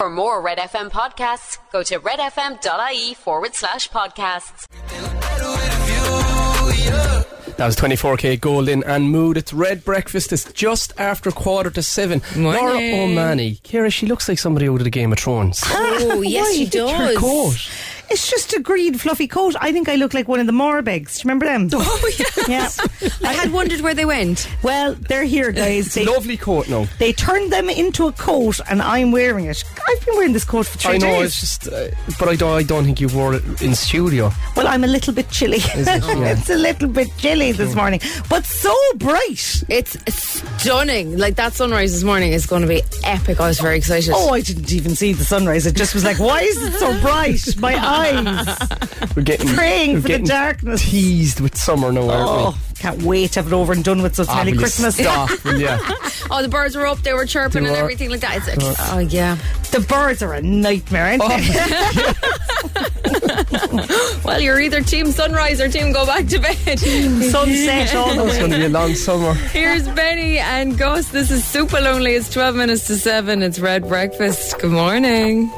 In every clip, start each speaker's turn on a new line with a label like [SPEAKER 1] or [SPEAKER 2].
[SPEAKER 1] For more Red FM podcasts, go to redfm.ie forward slash podcasts.
[SPEAKER 2] That was 24k Golden and Mood. It's Red Breakfast. It's just after quarter to seven.
[SPEAKER 3] Morning.
[SPEAKER 2] Laura O'Mani. Kira, she looks like somebody out of the Game of Thrones.
[SPEAKER 3] Oh, yes,
[SPEAKER 4] Why?
[SPEAKER 3] she
[SPEAKER 4] Get your
[SPEAKER 3] does.
[SPEAKER 2] Her coat.
[SPEAKER 4] It's just a green fluffy coat. I think I look like one of the Morbegs. Do you remember them?
[SPEAKER 3] Oh, yeah.
[SPEAKER 4] yeah.
[SPEAKER 3] I had wondered where they went.
[SPEAKER 4] Well, they're here, guys. They,
[SPEAKER 2] Lovely coat now.
[SPEAKER 4] they turned them into a coat, and I'm wearing it. I've been wearing this coat for three
[SPEAKER 2] I know, it's just,
[SPEAKER 4] days.
[SPEAKER 2] uh, but I don't, I don't think you wore it in studio.
[SPEAKER 4] Well, I'm a little bit chilly. it's a little bit chilly this morning, but so bright.
[SPEAKER 3] It's stunning. Like that sunrise this morning is going to be epic. I was very excited.
[SPEAKER 4] Oh, I didn't even see the sunrise. It just was like, why is it so bright? My eyes
[SPEAKER 2] We're getting
[SPEAKER 4] praying
[SPEAKER 2] we're
[SPEAKER 4] for
[SPEAKER 2] getting
[SPEAKER 4] the darkness.
[SPEAKER 2] Teased with summer now, aren't
[SPEAKER 4] Oh, can't wait to have it over and done with. So it's
[SPEAKER 2] we?
[SPEAKER 4] nearly
[SPEAKER 2] will you
[SPEAKER 4] Christmas.
[SPEAKER 2] Stop. yeah.
[SPEAKER 3] Oh, the birds were up. They were chirping
[SPEAKER 2] They
[SPEAKER 3] and
[SPEAKER 2] were.
[SPEAKER 3] everything like that. It's, oh yeah.
[SPEAKER 4] The birds are a nightmare,
[SPEAKER 2] Oh,
[SPEAKER 4] aren't they?
[SPEAKER 3] Well, you're either team sunrise or team go back to bed.
[SPEAKER 4] Sunset all the
[SPEAKER 2] It's
[SPEAKER 4] way.
[SPEAKER 2] going to be a long summer.
[SPEAKER 3] Here's Benny and Ghost. This is super lonely. It's 12 minutes to 7. It's Red Breakfast. Good morning.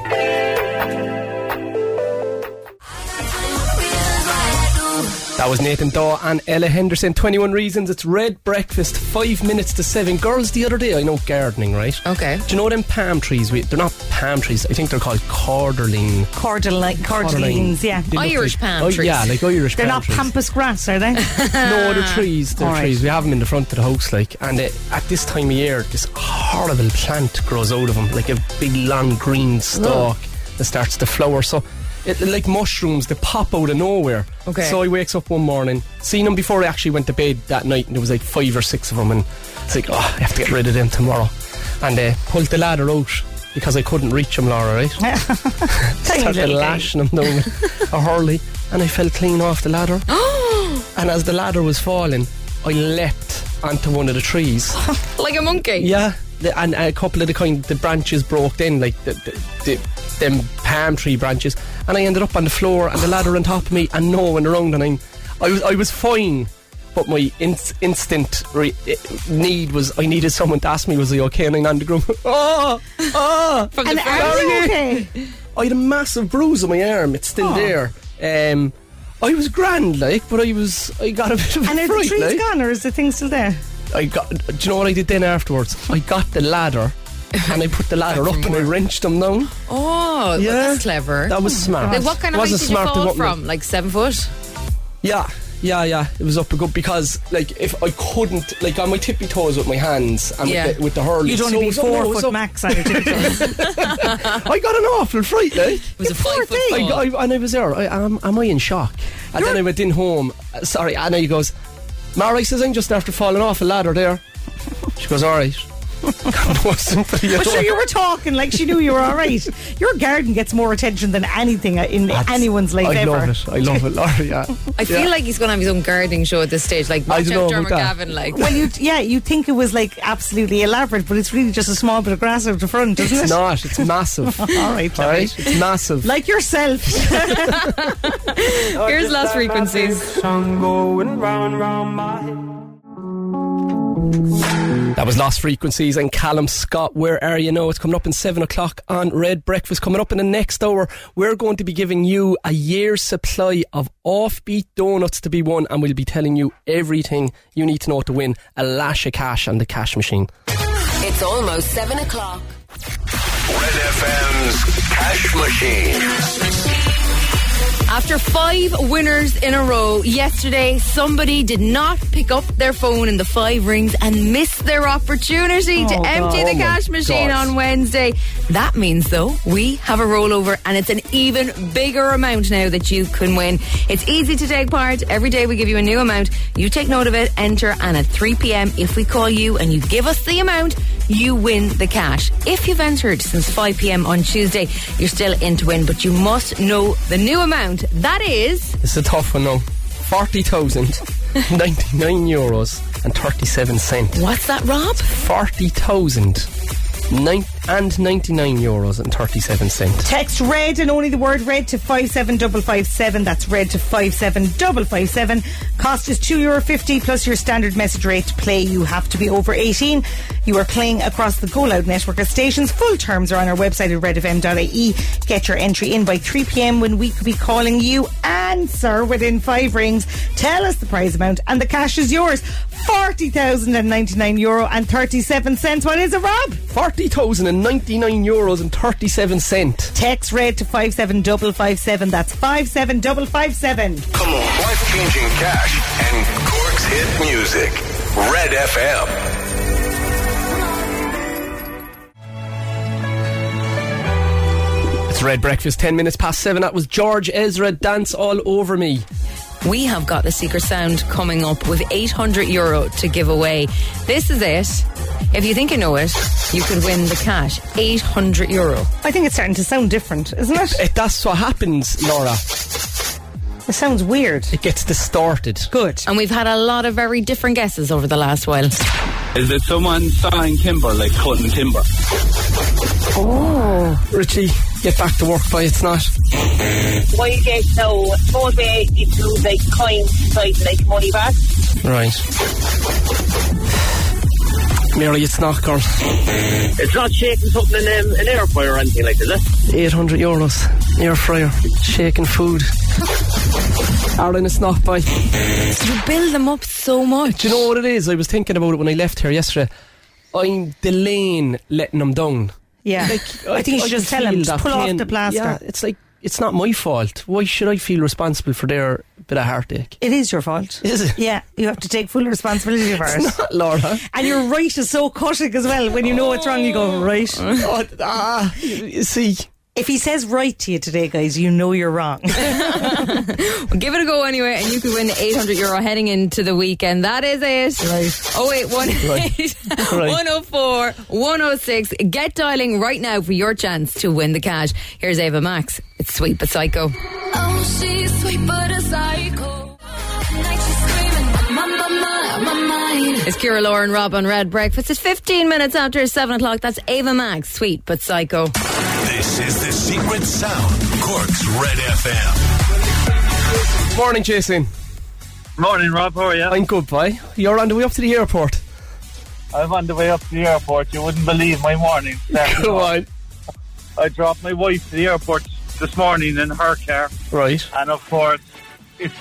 [SPEAKER 2] That was Nathan Daw and Ella Henderson. 21 Reasons. It's Red Breakfast, 5 minutes to 7. Girls, the other day, I know gardening, right?
[SPEAKER 3] Okay.
[SPEAKER 2] Do you know them palm trees? We, they're not palm trees. I think they're called corderling.
[SPEAKER 4] Cordeline, cordelines, yeah.
[SPEAKER 2] They look like-
[SPEAKER 3] Irish palm
[SPEAKER 2] oh,
[SPEAKER 3] trees.
[SPEAKER 2] Yeah, like Irish
[SPEAKER 4] They're
[SPEAKER 2] palm
[SPEAKER 4] not
[SPEAKER 2] trees.
[SPEAKER 4] pampas grass, are they?
[SPEAKER 2] No, they're trees. They're
[SPEAKER 4] All right.
[SPEAKER 2] trees. We have them in the front of the house, like. And uh, at this time of year, this horrible plant grows out of them, like a big long green stalk that starts to flower. So. It, like mushrooms, they pop out of nowhere.
[SPEAKER 3] Okay.
[SPEAKER 2] So I wakes up one morning, seen them before I actually went to bed that night, and there was like five or six of them, and it's like, oh, I have to get rid of them tomorrow. And uh, pulled the ladder out because I couldn't reach them, Laura. Right?
[SPEAKER 4] Tiny
[SPEAKER 2] started
[SPEAKER 4] little
[SPEAKER 2] lashing him down with a hurley, and I fell clean off the ladder. and as the ladder was falling, I leapt onto one of the trees.
[SPEAKER 3] Like a monkey.
[SPEAKER 2] yeah, the, and a couple of the kind the branches broke then, like the, the, the them palm tree branches, and I ended up on the floor and the ladder on top of me, and no one around, and I'm, I was I was fine. But my in- instant re- eh, need was I needed someone to ask me was I okay and I'm on the ground oh oh
[SPEAKER 3] From
[SPEAKER 4] thing. And
[SPEAKER 3] the front.
[SPEAKER 4] are you okay?
[SPEAKER 2] I had a massive bruise on my arm. It's still
[SPEAKER 3] Oh.
[SPEAKER 4] Aw.
[SPEAKER 2] there. Um, I was grand, like, but I was I got a bit of a
[SPEAKER 4] And are the
[SPEAKER 2] fright.
[SPEAKER 4] trees
[SPEAKER 2] like.
[SPEAKER 4] gone or is the thing still there?
[SPEAKER 2] I got. Do you know what I did then afterwards? I got the ladder. And I put the ladder up and I wrenched them down.
[SPEAKER 3] Oh,
[SPEAKER 2] Yeah.
[SPEAKER 3] well, that's clever.
[SPEAKER 2] That was smart.
[SPEAKER 3] like, what kind of height
[SPEAKER 2] Wasn't
[SPEAKER 3] did you
[SPEAKER 2] smart, it
[SPEAKER 3] fall
[SPEAKER 2] wasn't-
[SPEAKER 3] from? Like seven foot?
[SPEAKER 2] Yeah, yeah, yeah. It was up a good because, like, if I couldn't, like, on my tippy toes with my hands and
[SPEAKER 3] Yeah.
[SPEAKER 2] with, the, with the hurley,
[SPEAKER 4] You'd
[SPEAKER 2] so
[SPEAKER 4] only
[SPEAKER 2] it
[SPEAKER 4] be
[SPEAKER 2] was up- no,
[SPEAKER 4] four
[SPEAKER 2] it was
[SPEAKER 4] foot
[SPEAKER 2] up-
[SPEAKER 4] max on your tiptoes.
[SPEAKER 2] I got an awful fright, like.
[SPEAKER 3] It was a five foot
[SPEAKER 2] I,
[SPEAKER 3] fall.
[SPEAKER 2] I, and I was there. I, am, am I in shock? And then I went in home. uh, Sorry, Anna he goes, Mara, he says, I'm just after falling off a ladder there. She goes, all right. wasn't
[SPEAKER 4] But sure, you were talking like she knew you were all right. Your garden gets more attention than anything uh, in anyone's life
[SPEAKER 2] I
[SPEAKER 4] ever.
[SPEAKER 2] love it. I love it, Laura. Yeah.
[SPEAKER 3] I feel like he's going to have his own gardening show at this stage. Like,
[SPEAKER 2] I
[SPEAKER 3] watch
[SPEAKER 2] don't know
[SPEAKER 3] out,
[SPEAKER 2] about
[SPEAKER 3] Dermot
[SPEAKER 2] that.
[SPEAKER 3] Gavin. Like,
[SPEAKER 4] Well, you yeah, you think it was like absolutely elaborate, but it's really just a small bit of grass out the front, isn't
[SPEAKER 2] It's
[SPEAKER 4] it?
[SPEAKER 2] not. It's massive. all
[SPEAKER 4] All right,
[SPEAKER 2] right? It's massive.
[SPEAKER 4] like yourself.
[SPEAKER 3] here's last frequencies.
[SPEAKER 2] That was Lost Frequencies and Callum Scott. Where are you now? It's coming up in seven o'clock on Red Breakfast. Coming up in the next hour, we're going to be giving you a year's supply of offbeat donuts to be won, and we'll be telling you everything you need to know to win a lash of cash on the cash machine.
[SPEAKER 1] It's almost 7 o'clock.
[SPEAKER 5] Red FM's Cash Machine.
[SPEAKER 3] After five winners in a row yesterday, somebody did not pick up their phone in the five rings and missed their opportunity to
[SPEAKER 4] Oh,
[SPEAKER 3] empty
[SPEAKER 4] God.
[SPEAKER 3] the
[SPEAKER 2] Oh, my
[SPEAKER 3] cash machine
[SPEAKER 2] God.
[SPEAKER 3] on Wednesday. That means, though, we have a rollover and it's an even bigger amount now that you can win. It's easy to take part. Every day we give you a new amount. You take note of it, enter, and at 3 p.m., if we call you and you give us the amount, you win the cash. If you've entered since 5 p.m. on Tuesday, you're still in to win, but you must know the new amount. That is.
[SPEAKER 2] It's a tough one, though. 40,000, 99 euros and 37 cents.
[SPEAKER 3] What's that, Rob?
[SPEAKER 2] 40,000, 99 and 99 euros and 37 cents.
[SPEAKER 4] Text red and only the word red to 57557. That's red to 57557. Cost is €2.50 plus your standard message rate to play. You have to be over 18. You are playing across the Go Loud network of stations. Full terms are on our website at redfm.ie. Get your entry in by 3 pm when we could be calling you. Answer within five rings. Tell us the prize amount and the cash is yours. €40,099 Euro and 37 cents. What is it, Rob?
[SPEAKER 2] 40,099 euros and 37 cents.
[SPEAKER 4] Text red to 57557. That's 57557.
[SPEAKER 5] Come on. Life changing cash and Cork's hit music. Red FM.
[SPEAKER 2] It's Red Breakfast, 10 minutes past 7. That was George Ezra, Dance All Over Me.
[SPEAKER 3] We have got the secret sound coming up with 800 euro to give away. This is it. If you think you know it, you could win the cash. 800 euro.
[SPEAKER 4] I think it's starting to sound different, isn't it?
[SPEAKER 2] It, that's what happens, Laura.
[SPEAKER 4] It sounds weird.
[SPEAKER 2] It gets distorted.
[SPEAKER 4] Good.
[SPEAKER 3] And we've had a lot of very different guesses over the last while.
[SPEAKER 6] Is it someone sawing timber, like cutting timber?
[SPEAKER 2] Richie, get back to work, boy. It's not.
[SPEAKER 7] Why you get so one way you do like coins side like money back.
[SPEAKER 2] Right. Mary, it's not, girl.
[SPEAKER 8] It's not shaking something in um, an air fryer or anything like that, is it?
[SPEAKER 2] 800 euros. Air fryer. Shaking food. Aaron, it's not, boy. Do
[SPEAKER 3] You build them up so much.
[SPEAKER 2] you know what it is? I was thinking about it when I left here yesterday. I'm delaying letting them down.
[SPEAKER 4] Yeah. I think you should
[SPEAKER 2] can
[SPEAKER 4] just tell him,
[SPEAKER 2] feel
[SPEAKER 4] just
[SPEAKER 2] that
[SPEAKER 4] pull off
[SPEAKER 2] pain.
[SPEAKER 4] the plaster.
[SPEAKER 2] Yeah, it's like, it's not my fault. Why should I feel responsible for their bit of heartache?
[SPEAKER 4] It is your fault.
[SPEAKER 2] Is it?
[SPEAKER 4] Yeah, you have to take full responsibility for it.
[SPEAKER 2] Laura.
[SPEAKER 4] And your right is so cutting as well. When you know what's wrong, you go, right.
[SPEAKER 2] oh, ah, see.
[SPEAKER 4] If he says right to you today, guys, you know you're wrong.
[SPEAKER 3] Give it a go anyway, and you could win 800 euro heading into the weekend. That is it.
[SPEAKER 2] Right.
[SPEAKER 3] Oh wait, one oh
[SPEAKER 2] Right.
[SPEAKER 3] eight,
[SPEAKER 2] Right.
[SPEAKER 3] 104, 106. Get dialing right now for your chance to win the cash. Here's Ava Max. It's sweet but psycho.
[SPEAKER 9] Oh, she's sweet but a psycho. Night she's screaming, my, my, my, my mind.
[SPEAKER 3] It's Kira Lauren Rob on Red Breakfast. It's 15 minutes after 7 o'clock. That's Ava Max, sweet but psycho.
[SPEAKER 5] This is the secret sound. Cork's Red FM.
[SPEAKER 2] Morning, Jason.
[SPEAKER 6] Morning, Rob. How are you?
[SPEAKER 2] I'm good, boy. You're on the way up to the airport.
[SPEAKER 6] I'm on the way up to the airport. You wouldn't believe my morning.
[SPEAKER 2] Come on.
[SPEAKER 6] I dropped my wife to the airport this morning in her car,
[SPEAKER 2] Right.
[SPEAKER 6] and of course, it's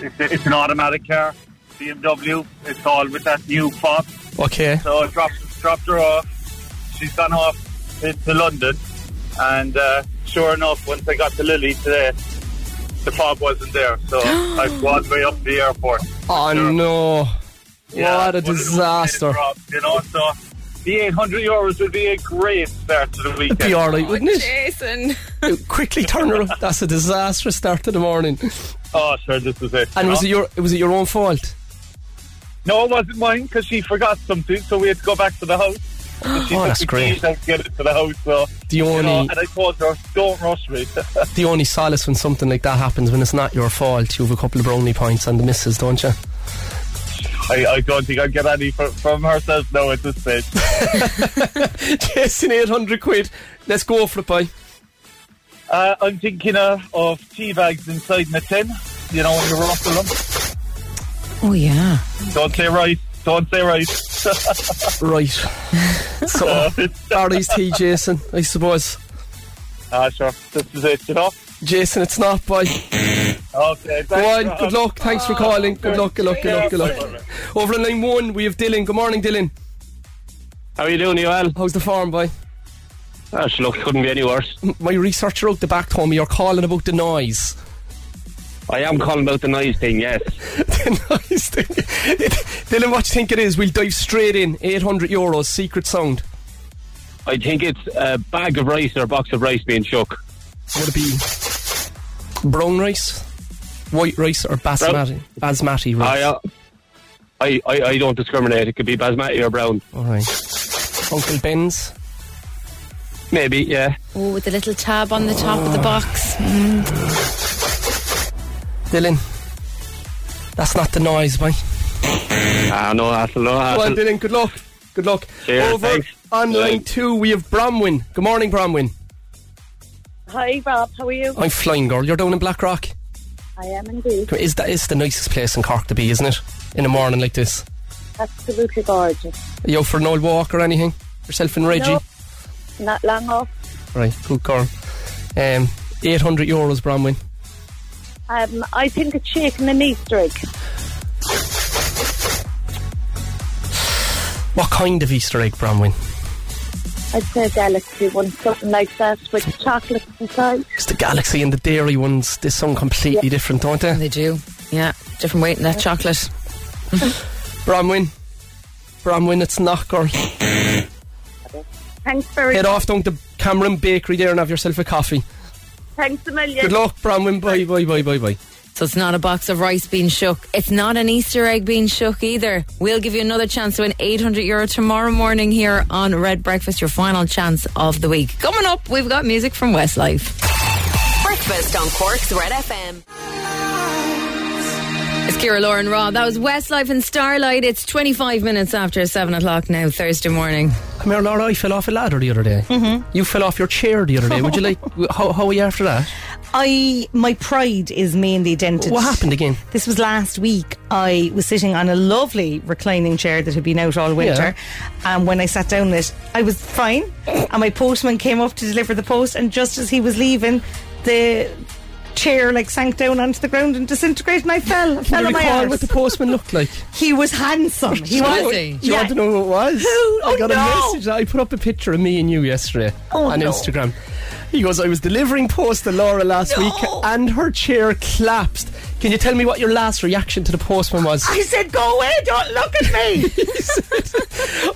[SPEAKER 6] it's, it's an automatic car, BMW. It's all with that new fob.
[SPEAKER 2] Okay.
[SPEAKER 6] So I dropped dropped her off. She's gone off to, to London, and uh, sure enough, once I got to Lily today, the fob wasn't there. So I walked way up to the airport.
[SPEAKER 2] Oh no. what a
[SPEAKER 6] one of those
[SPEAKER 2] disaster.
[SPEAKER 6] days, Rob, You know, so the 800 euros would be a great start to the weekend.
[SPEAKER 2] Be alright, wouldn't it?
[SPEAKER 3] Jason.
[SPEAKER 2] It Quickly turn around. That's a disastrous start to the morning.
[SPEAKER 6] Oh, sure, this is it.
[SPEAKER 2] And was it
[SPEAKER 6] you
[SPEAKER 2] your was it your own fault?
[SPEAKER 6] know? No, it wasn't mine because she forgot something, so we had to go back to the house. And she
[SPEAKER 2] Oh,
[SPEAKER 6] took
[SPEAKER 2] that's
[SPEAKER 6] the
[SPEAKER 2] great.
[SPEAKER 6] keys out to get it to the house, so
[SPEAKER 2] The
[SPEAKER 6] you
[SPEAKER 2] only-
[SPEAKER 6] know, and I told her, "Don't rush me."
[SPEAKER 2] The only solace when something like that happens when it's not your fault, you have a couple of brownie points on the misses, don't you?
[SPEAKER 6] I, I don't think I'd get any from, from herself now at this stage.
[SPEAKER 2] Jason, eight hundred quid. Let's go for it, boy.
[SPEAKER 6] Uh, I'm thinking uh, of tea bags inside my tin. You know, when you ruffle them.
[SPEAKER 3] Oh, yeah.
[SPEAKER 6] Don't say right. Don't say right.
[SPEAKER 2] Right. So Barry's tea, Jason, I suppose.
[SPEAKER 6] Ah, sure. This is it. You know.
[SPEAKER 2] Jason, it's not, boy.
[SPEAKER 6] Okay.
[SPEAKER 2] Go
[SPEAKER 6] thanks,
[SPEAKER 2] on, good
[SPEAKER 6] Rob.
[SPEAKER 2] luck. Thanks for calling. Good luck, good luck, good luck, good luck. Over in line one, we have Dylan. Good morning, Dylan.
[SPEAKER 8] How are you doing, Noel?
[SPEAKER 2] How's the farm, boy?
[SPEAKER 8] Oh, look, couldn't be any worse.
[SPEAKER 2] My researcher out the back told me you're calling about the noise.
[SPEAKER 8] I am calling about the noise thing, yes.
[SPEAKER 2] the noise thing. Dylan, what do you think it is? We'll dive straight in. 800 euros, secret sound.
[SPEAKER 8] I think it's a bag of rice or a box of rice being shook.
[SPEAKER 2] Would it be brown rice, white rice, or basmati? Basmati
[SPEAKER 8] I,
[SPEAKER 2] rice.
[SPEAKER 8] uh, I, I, I don't discriminate. It could be basmati or brown.
[SPEAKER 2] All right. Uncle Ben's.
[SPEAKER 8] Maybe, yeah.
[SPEAKER 3] Oh, with the little tab on the top of the box.
[SPEAKER 2] Dylan. That's not the noise, boy.
[SPEAKER 8] Ah, no hassle, no
[SPEAKER 2] Go on,
[SPEAKER 8] hassle.
[SPEAKER 2] Dylan. Good luck. Good luck.
[SPEAKER 8] Cheers,
[SPEAKER 2] Over
[SPEAKER 8] thanks.
[SPEAKER 2] On line two, we have Bromwin. Good morning, Bromwin.
[SPEAKER 7] Hi, Rob. How are you?
[SPEAKER 2] I'm flying, girl. You're down in Blackrock.
[SPEAKER 7] I am indeed.
[SPEAKER 2] Come here, Is that is the nicest place in Cork to be, isn't it? In a morning like this.
[SPEAKER 7] Absolutely gorgeous.
[SPEAKER 2] Are you out for an old walk or anything? Yourself and Reggie?
[SPEAKER 7] No, not long off.
[SPEAKER 2] Right, good girl. Um, 800 euros, Bromwin.
[SPEAKER 7] Um, I think it's shaking an Easter egg.
[SPEAKER 2] What kind of Easter egg, Bromwin?
[SPEAKER 7] I'd say a galaxy one, something like that, with chocolate inside.
[SPEAKER 2] It's the galaxy and the dairy ones. They sound completely different, don't they?
[SPEAKER 3] They do. Yeah, different weight in that chocolate.
[SPEAKER 2] Bromwin. Bromwin, it's not, girl.
[SPEAKER 7] Thanks very
[SPEAKER 2] Head off down to Cameron Bakery there and have yourself a coffee.
[SPEAKER 7] Thanks a million.
[SPEAKER 2] Good luck, Bromwin. Bye, bye, bye, bye, bye.
[SPEAKER 3] So it's not a box of rice being shook. It's not an Easter egg being shook either. We'll give you another chance to win 800 euro tomorrow morning here on Red Breakfast, your final chance of the week. Coming up, we've got music from Westlife.
[SPEAKER 1] Breakfast on Cork's Red FM.
[SPEAKER 3] It's Kira Lauren Rob. That was Westlife and Starlight. It's 25 minutes after 7 o'clock now, Thursday morning.
[SPEAKER 2] Come here, Laura. I fell off a ladder the other day. Mm-hmm. You fell off your chair the other day. Would you like? How, how are you after that?
[SPEAKER 4] I my pride is mainly dented.
[SPEAKER 2] What happened again?
[SPEAKER 4] This was last week. I was sitting on a lovely reclining chair that had been out all winter, and when I sat down in it, I was fine. and my postman came up to deliver the post, and just as he was leaving, the chair like sank down onto the ground and disintegrated, and I fell. I
[SPEAKER 2] Do
[SPEAKER 4] fell
[SPEAKER 2] you
[SPEAKER 4] on my
[SPEAKER 2] recall what
[SPEAKER 4] arse.
[SPEAKER 2] the postman looked like?
[SPEAKER 4] He was handsome. He was.
[SPEAKER 3] Was he?
[SPEAKER 2] Do you want to know who it was? I
[SPEAKER 4] Oh,
[SPEAKER 2] got
[SPEAKER 4] no. Oh,
[SPEAKER 2] a message. I put up a picture of me and you yesterday on Instagram. He goes, I was delivering post to Laura last week and her chair collapsed. Can you tell me what your last reaction to the postman was?
[SPEAKER 4] I said, "Go away! Don't look at me."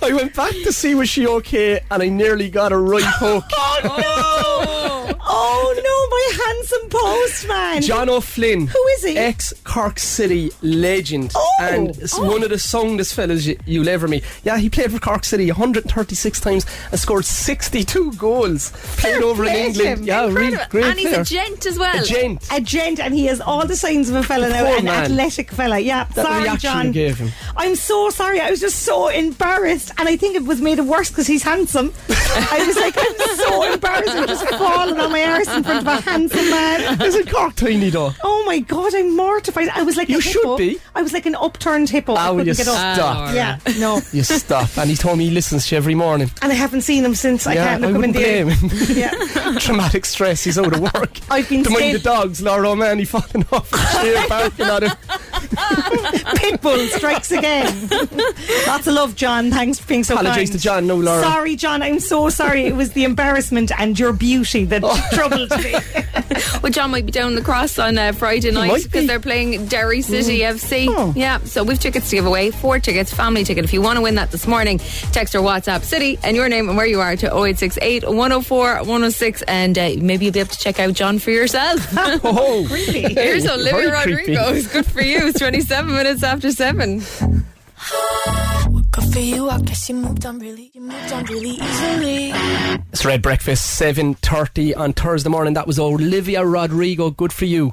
[SPEAKER 2] I went back to see was she okay and I nearly got a right hook.
[SPEAKER 4] oh no! oh no! My handsome postman.
[SPEAKER 2] John O'Flynn.
[SPEAKER 4] Who is he?
[SPEAKER 2] Ex Cork City legend.
[SPEAKER 4] Oh,
[SPEAKER 2] and it's
[SPEAKER 4] oh.
[SPEAKER 2] one of the strongest fellas you, you'll ever meet. Yeah, he played for Cork City 136 times and scored 62 goals. Played over in
[SPEAKER 4] play to
[SPEAKER 2] England.
[SPEAKER 4] him.
[SPEAKER 2] Yeah, really
[SPEAKER 3] Incredible.
[SPEAKER 2] great
[SPEAKER 3] and he's
[SPEAKER 2] player.
[SPEAKER 3] a gent as well.
[SPEAKER 2] A gent.
[SPEAKER 4] a gent and he has all the signs of a fella now,
[SPEAKER 2] Poor
[SPEAKER 4] an
[SPEAKER 2] man.
[SPEAKER 4] athletic fella. Yeah,
[SPEAKER 2] That
[SPEAKER 4] sorry,
[SPEAKER 2] reaction
[SPEAKER 4] John.
[SPEAKER 2] you gave him.
[SPEAKER 4] I'm so sorry. I was just so embarrassed, and I think it was made it worse because he's handsome. I was like, I'm so embarrassed. I'm just falling on my arse in front of a handsome man.
[SPEAKER 2] Isn't Cork tiny though?
[SPEAKER 4] Oh my god, I'm mortified. I was like,
[SPEAKER 2] You
[SPEAKER 4] a
[SPEAKER 2] should
[SPEAKER 4] hippo.
[SPEAKER 2] be.
[SPEAKER 4] I was like an upturned hippo. I
[SPEAKER 2] Oh,
[SPEAKER 4] couldn't
[SPEAKER 2] you
[SPEAKER 4] get up.
[SPEAKER 2] stop.
[SPEAKER 4] Yeah, no.
[SPEAKER 2] You stop. And he told me he listens to you every morning.
[SPEAKER 4] And I haven't seen him since. I
[SPEAKER 2] yeah,
[SPEAKER 4] can't look
[SPEAKER 2] I
[SPEAKER 4] him in
[SPEAKER 2] wouldn't
[SPEAKER 4] the
[SPEAKER 2] blame
[SPEAKER 4] eye.
[SPEAKER 2] him.
[SPEAKER 4] Yeah.
[SPEAKER 2] Traumatic stress. He's out of work.
[SPEAKER 4] I've been
[SPEAKER 2] to mind the
[SPEAKER 4] staying-
[SPEAKER 2] dogs, Laura O'Mahony falling off the chair, barking at him.
[SPEAKER 4] Pitbull strikes again. Lots of love, John. Thanks for being so
[SPEAKER 2] Apologise
[SPEAKER 4] kind.
[SPEAKER 2] to John, no Laura.
[SPEAKER 4] Sorry, John. I'm so sorry. It was the embarrassment and your beauty that
[SPEAKER 2] Oh.
[SPEAKER 4] troubled me.
[SPEAKER 3] Well, John might be down the cross on uh, Friday night
[SPEAKER 2] might
[SPEAKER 3] because
[SPEAKER 2] be. Mm.
[SPEAKER 3] they're playing Derry City FC.
[SPEAKER 4] Oh.
[SPEAKER 3] Yeah, so we've tickets to give away, four tickets, family ticket. If you want to win that this morning, text or WhatsApp City and your name and where you are to 0868 104 106 and uh, maybe you'll be able to check out John for yourself.
[SPEAKER 2] Oh,
[SPEAKER 4] Really?
[SPEAKER 3] Here's
[SPEAKER 2] Hey,
[SPEAKER 3] Olivia
[SPEAKER 2] very creepy.
[SPEAKER 3] Rodrigo. It's good for you. It's 27 minutes after 7.
[SPEAKER 9] Good for you, I guess you moved on really, you moved on really easily.
[SPEAKER 2] It's Red Breakfast, 7.30 on Thursday morning. That was Olivia Rodrigo. Good for you.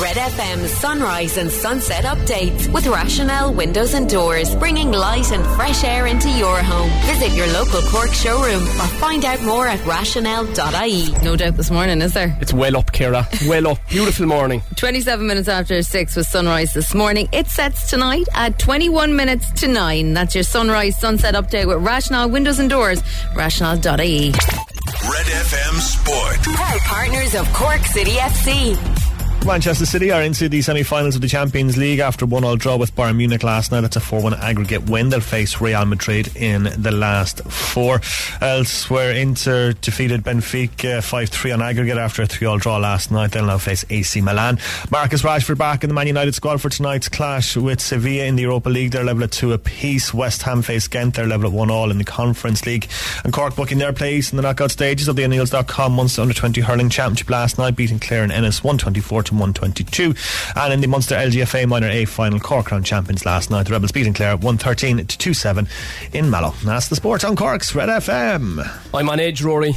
[SPEAKER 1] Red FM sunrise and sunset updates with Rationale Windows and Doors, bringing light and fresh air into your home. Visit your local Cork showroom or find out more at rationale.ie.
[SPEAKER 3] No doubt this morning, is there?
[SPEAKER 2] It's well up, Kira. Well up. Beautiful morning.
[SPEAKER 3] 27 minutes after 6 was sunrise this morning. It sets tonight at 21 minutes to 9. That's your sunrise sunset update with Rational Windows and Doors, rational.ie.
[SPEAKER 5] Red FM Sport.
[SPEAKER 1] Proud partners of Cork City FC.
[SPEAKER 10] Manchester City are into the semi-finals of the Champions League after one all draw with Bayern Munich last night. That's a 4-1 aggregate win. They'll face Real Madrid in the last four. Elsewhere, Inter defeated Benfica 5-3 on aggregate after a 3-all draw last night. They'll now face AC Milan. Marcus Rashford back in the Man United squad for tonight's clash with Sevilla in the Europa League. They're level at two apiece. West Ham face Ghent. They're level at one all in the Conference League. And Cork booking their place in the knockout stages of the O'Neills.com Munster Under 20 Hurling Championship last night, beating Clare and Ennis 124 to 122. And in the Munster LGFA Minor A final, Cork Crown Champions last night. The Rebels beating Clare 113 to 27 in Mallow. And that's the sports on Cork's Red FM.
[SPEAKER 2] I'm on edge, Rory.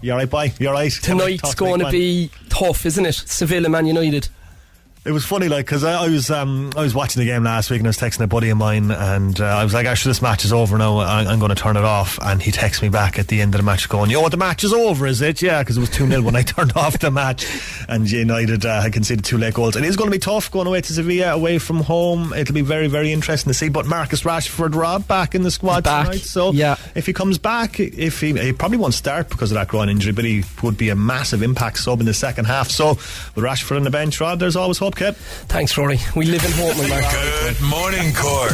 [SPEAKER 10] You alright, boy? You alright?
[SPEAKER 2] Tonight's going to be tough, isn't it? Seville and Man United.
[SPEAKER 10] It was funny, like because I, I was um, I was watching the game last week and I was texting a buddy of mine and uh, I was like, actually, this match is over now. I, I'm going to turn it off. And he texts me back at the end of the match going, "Yo, the match is over, is it? Yeah, because it was two 0 when I turned off the match. And United uh, had conceded two late goals. It is going to be tough going away to Sevilla, away from home. It'll be very, very interesting to see. But Marcus Rashford, Rob, back in the squad
[SPEAKER 2] Back,
[SPEAKER 10] tonight. So yeah. if he comes back, if he, he probably won't start because of that groin injury, but he would be a massive impact sub in the second half. So with Rashford on the bench, Rod, there's always hope, kid.
[SPEAKER 2] Thanks, Rory. We live in hope, my man.
[SPEAKER 5] Good morning, Cork.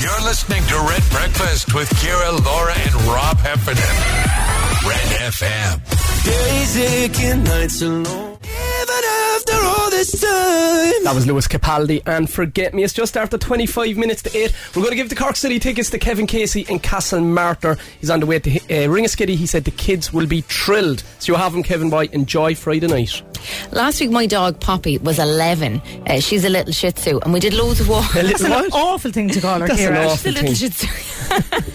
[SPEAKER 5] You're listening to Red Breakfast with Kira, Laura, and Rob Heffernan. Red FM.
[SPEAKER 11] Days aching, nights alone. Even after all this time.
[SPEAKER 2] That was Lewis Capaldi and Forget Me. It's just after 25 minutes to 8. We're going to give the Cork City tickets to Kevin Casey in Castle Martyr. He's on the way to uh, Ringaskiddy. He said the kids will be thrilled. So you have him, Kevin Boy. Enjoy Friday night.
[SPEAKER 3] Last week, my dog Poppy was 11. Uh, she's a little Shih Tzu, and we did loads of walks.
[SPEAKER 2] A little That's an what?
[SPEAKER 4] awful thing to call her,
[SPEAKER 2] That's an
[SPEAKER 4] Ciarán.
[SPEAKER 2] awful
[SPEAKER 3] She's a
[SPEAKER 2] thing.
[SPEAKER 3] little Shih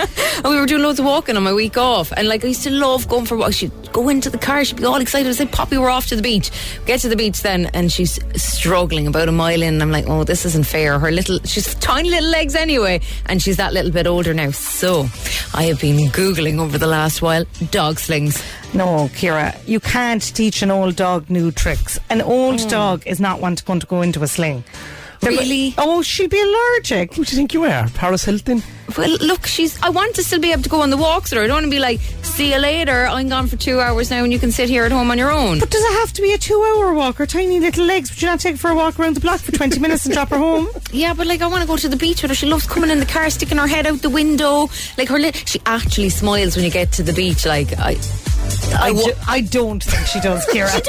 [SPEAKER 3] Tzu. and we were doing loads of walking on my week off, and like I used to love going for walks. She'd go into the car, she'd be all excited. I say, "Poppy, we're off to the beach." Get to the beach then, and she's struggling about a mile in, and I'm like, "Oh, this isn't fair." Her little, she's tiny little legs anyway, and she's that little bit older now. So, I have been googling over the last while dog slings.
[SPEAKER 4] No, Kira, you can't teach an old dog new tricks. An old
[SPEAKER 3] Mm.
[SPEAKER 4] dog is not one to going to go into a sling. really? Oh, she'd be allergic.
[SPEAKER 2] Who do you think you are? Paris Hilton?
[SPEAKER 3] Well, look, she's. I want to still be able to go on the walks with her. I don't want to be like, see you later. I'm gone for two hours now, and you can sit here at home on your own.
[SPEAKER 4] But does it have to be a two-hour walk or tiny little legs? Would you not take her for a walk around the block for 20 minutes and drop her home?
[SPEAKER 3] Yeah, but like I want to go to the beach with her. She loves coming in the car, sticking her head out the window. Like her, li- she actually smiles when you get to the beach. Like I,
[SPEAKER 4] I, do, I don't think she does, Kira.
[SPEAKER 3] she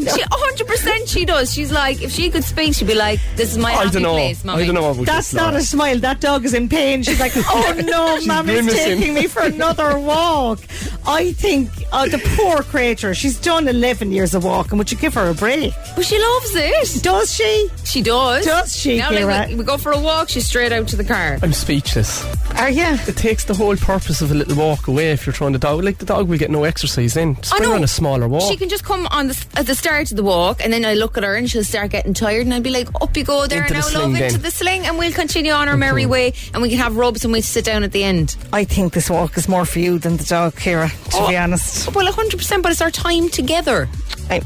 [SPEAKER 3] does. She hundred percent she does. She's like, if she could speak, she'd be like, "This is my
[SPEAKER 2] I
[SPEAKER 3] happy
[SPEAKER 2] dunno.
[SPEAKER 3] place,
[SPEAKER 2] I
[SPEAKER 3] mommy."
[SPEAKER 2] dunno what we
[SPEAKER 4] That's
[SPEAKER 2] just laugh.
[SPEAKER 4] not a smile. That dog is in pain. She's like, oh no,
[SPEAKER 2] She's
[SPEAKER 4] mum is
[SPEAKER 2] grimacing.
[SPEAKER 4] taking me for another walk. I think uh, the poor creature. She's done 11 years of walking. Would you give her a break?
[SPEAKER 3] But she loves it.
[SPEAKER 4] Does she?
[SPEAKER 3] She does.
[SPEAKER 4] Does she,
[SPEAKER 3] Now, like,
[SPEAKER 4] Ciarán?
[SPEAKER 3] we, we go for a walk. She's straight out to the car.
[SPEAKER 2] I'm speechless.
[SPEAKER 4] Are you?
[SPEAKER 2] It takes the whole purpose of a little walk away if you're trying to dog. Like, the dog will get no exercise then. Just
[SPEAKER 3] I
[SPEAKER 2] bring her
[SPEAKER 3] know.
[SPEAKER 2] on a smaller walk.
[SPEAKER 3] She can just come on the, at the start of the walk, and then I look at her, and she'll start getting tired, and I'll be like, "Up you go, there
[SPEAKER 2] Into
[SPEAKER 3] now,
[SPEAKER 2] the
[SPEAKER 3] love,
[SPEAKER 2] sling
[SPEAKER 3] into
[SPEAKER 2] then.
[SPEAKER 3] the sling, and we'll continue on our merry way, and we can have rubs, and we sit down at the end."
[SPEAKER 4] I think this walk is more for you than the dog, Kira, to be honest.
[SPEAKER 3] Well, 100%, but it's our time together.
[SPEAKER 4] I,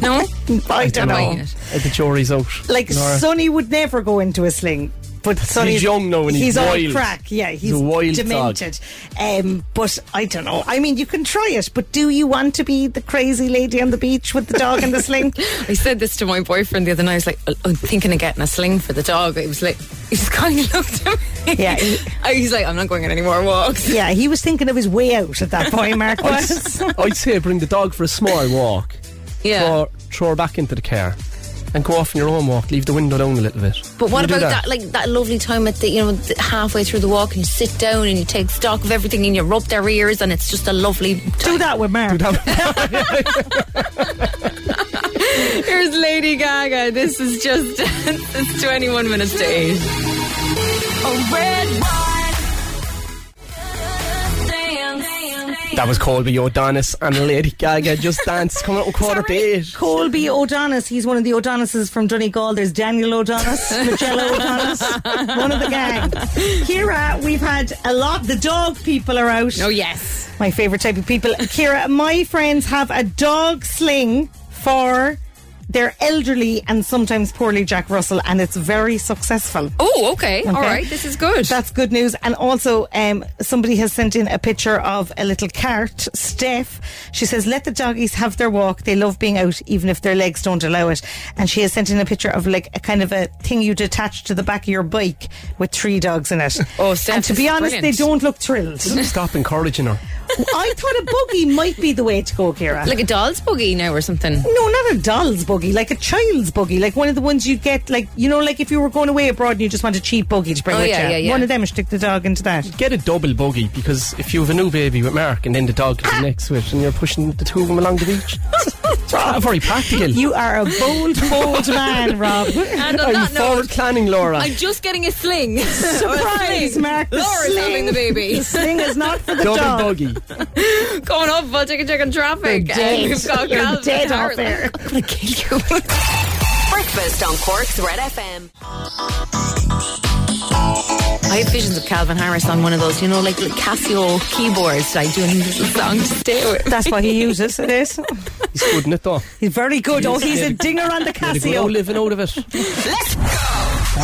[SPEAKER 3] no?
[SPEAKER 4] I don't
[SPEAKER 2] dunno.
[SPEAKER 4] know.
[SPEAKER 2] Uh, The jury's out.
[SPEAKER 4] Like,
[SPEAKER 2] Laura.
[SPEAKER 4] Sonny would never go into a sling. But Sonny,
[SPEAKER 2] young now and he's
[SPEAKER 4] all
[SPEAKER 2] wild.
[SPEAKER 4] crack. Yeah, he's,
[SPEAKER 2] He's a wild dog.
[SPEAKER 4] demented. Um, but I don't know. I mean, you can try it, but do you want to be the crazy lady on the beach with the dog in the sling?
[SPEAKER 3] I said this to my boyfriend the other night. I was like, "I- I'm thinking of getting a sling for the dog. It was like, he just kind of looked at me.
[SPEAKER 4] Yeah, he-
[SPEAKER 3] I- He's like, I'm not going on any more walks.
[SPEAKER 4] Yeah, he was thinking of his way out at that point, Mark was.
[SPEAKER 2] I'd say bring the dog for a small walk.
[SPEAKER 3] Yeah.
[SPEAKER 2] Throw, throw her back into the car. And go off on your own walk. Leave the window down a little bit.
[SPEAKER 3] But what
[SPEAKER 2] Can you
[SPEAKER 3] about
[SPEAKER 2] do
[SPEAKER 3] that? like that lovely time at the you know th- halfway through the walk and you sit down and you take stock of everything and you rub their ears and it's just a lovely time.
[SPEAKER 4] Do that with Mark.
[SPEAKER 3] Here's Lady Gaga. This is just it's 21 minutes to 8.
[SPEAKER 9] A red wine. Dance.
[SPEAKER 2] That was Colby O'Donis and Lady Gaga just dance coming out at quarter to eight.
[SPEAKER 4] Colby O'Donis, he's one of the O'Donises from Donegal. There's Daniel O'Donis, Magella O'Donis, one of the gang. Kira, we've had a lot. The dog people are out.
[SPEAKER 3] Oh yes.
[SPEAKER 4] My favourite type of people. Kira, my friends have a dog sling for their elderly and sometimes poorly Jack Russell, and it's very successful.
[SPEAKER 3] Oh, okay. All
[SPEAKER 4] Okay.
[SPEAKER 3] right. This is good.
[SPEAKER 4] That's good news. And also, um, somebody has sent in a picture of a little cart. Steph, she says, let the doggies have their walk. They love being out, even if their legs don't allow it. And she has sent in a picture of like a kind of a thing you'd attach to the back of your bike with three dogs in it.
[SPEAKER 3] Oh, Steph,
[SPEAKER 4] And to
[SPEAKER 3] this
[SPEAKER 4] be
[SPEAKER 3] is
[SPEAKER 4] honest,
[SPEAKER 3] brilliant.
[SPEAKER 4] they don't look thrilled.
[SPEAKER 2] Stop encouraging her.
[SPEAKER 4] I thought a buggy might be the way to go, Kira.
[SPEAKER 3] like a doll's buggy now or something.
[SPEAKER 4] No, not a doll's buggy, like a child's buggy, like one of the ones you get, like you know, like if you were going away abroad and you just want a cheap buggy to bring
[SPEAKER 3] Oh,
[SPEAKER 4] with
[SPEAKER 3] yeah,
[SPEAKER 4] you.
[SPEAKER 3] yeah, yeah.
[SPEAKER 4] One of them, stick the dog into that.
[SPEAKER 2] Get a double buggy because if you have a new baby with Mark and then the dog is next with and you're pushing the two of them along the beach, it's not very practical.
[SPEAKER 4] You are a bold, bold man, Rob.
[SPEAKER 3] And uh, on
[SPEAKER 2] I'm
[SPEAKER 3] that note,
[SPEAKER 2] forward planning, Laura.
[SPEAKER 3] I'm just getting a sling.
[SPEAKER 4] Surprise, Mark. The
[SPEAKER 3] Laura's
[SPEAKER 4] sling.
[SPEAKER 3] having the baby.
[SPEAKER 4] The sling is not for the
[SPEAKER 2] double
[SPEAKER 4] dog.
[SPEAKER 2] buggy.
[SPEAKER 3] Coming up, I'll take a check on traffic.
[SPEAKER 4] You're dead.
[SPEAKER 3] And we've got
[SPEAKER 4] You're
[SPEAKER 3] Calvin
[SPEAKER 4] dead off
[SPEAKER 3] Harris.
[SPEAKER 4] air.
[SPEAKER 3] I'm gonna kill you.
[SPEAKER 1] Breakfast Breakfast on Cork's Red FM.
[SPEAKER 3] I have visions of Calvin Harris on one of those, you know, like the Casio keyboards. I do a little song to stay with.
[SPEAKER 4] That's what he uses. It is.
[SPEAKER 2] He's good in it though.
[SPEAKER 4] He's very good.
[SPEAKER 2] He
[SPEAKER 4] Oh,
[SPEAKER 2] is.
[SPEAKER 4] he's a
[SPEAKER 2] Yeah.
[SPEAKER 4] dinger on the
[SPEAKER 2] He had a good
[SPEAKER 4] Casio.
[SPEAKER 2] old living out of it.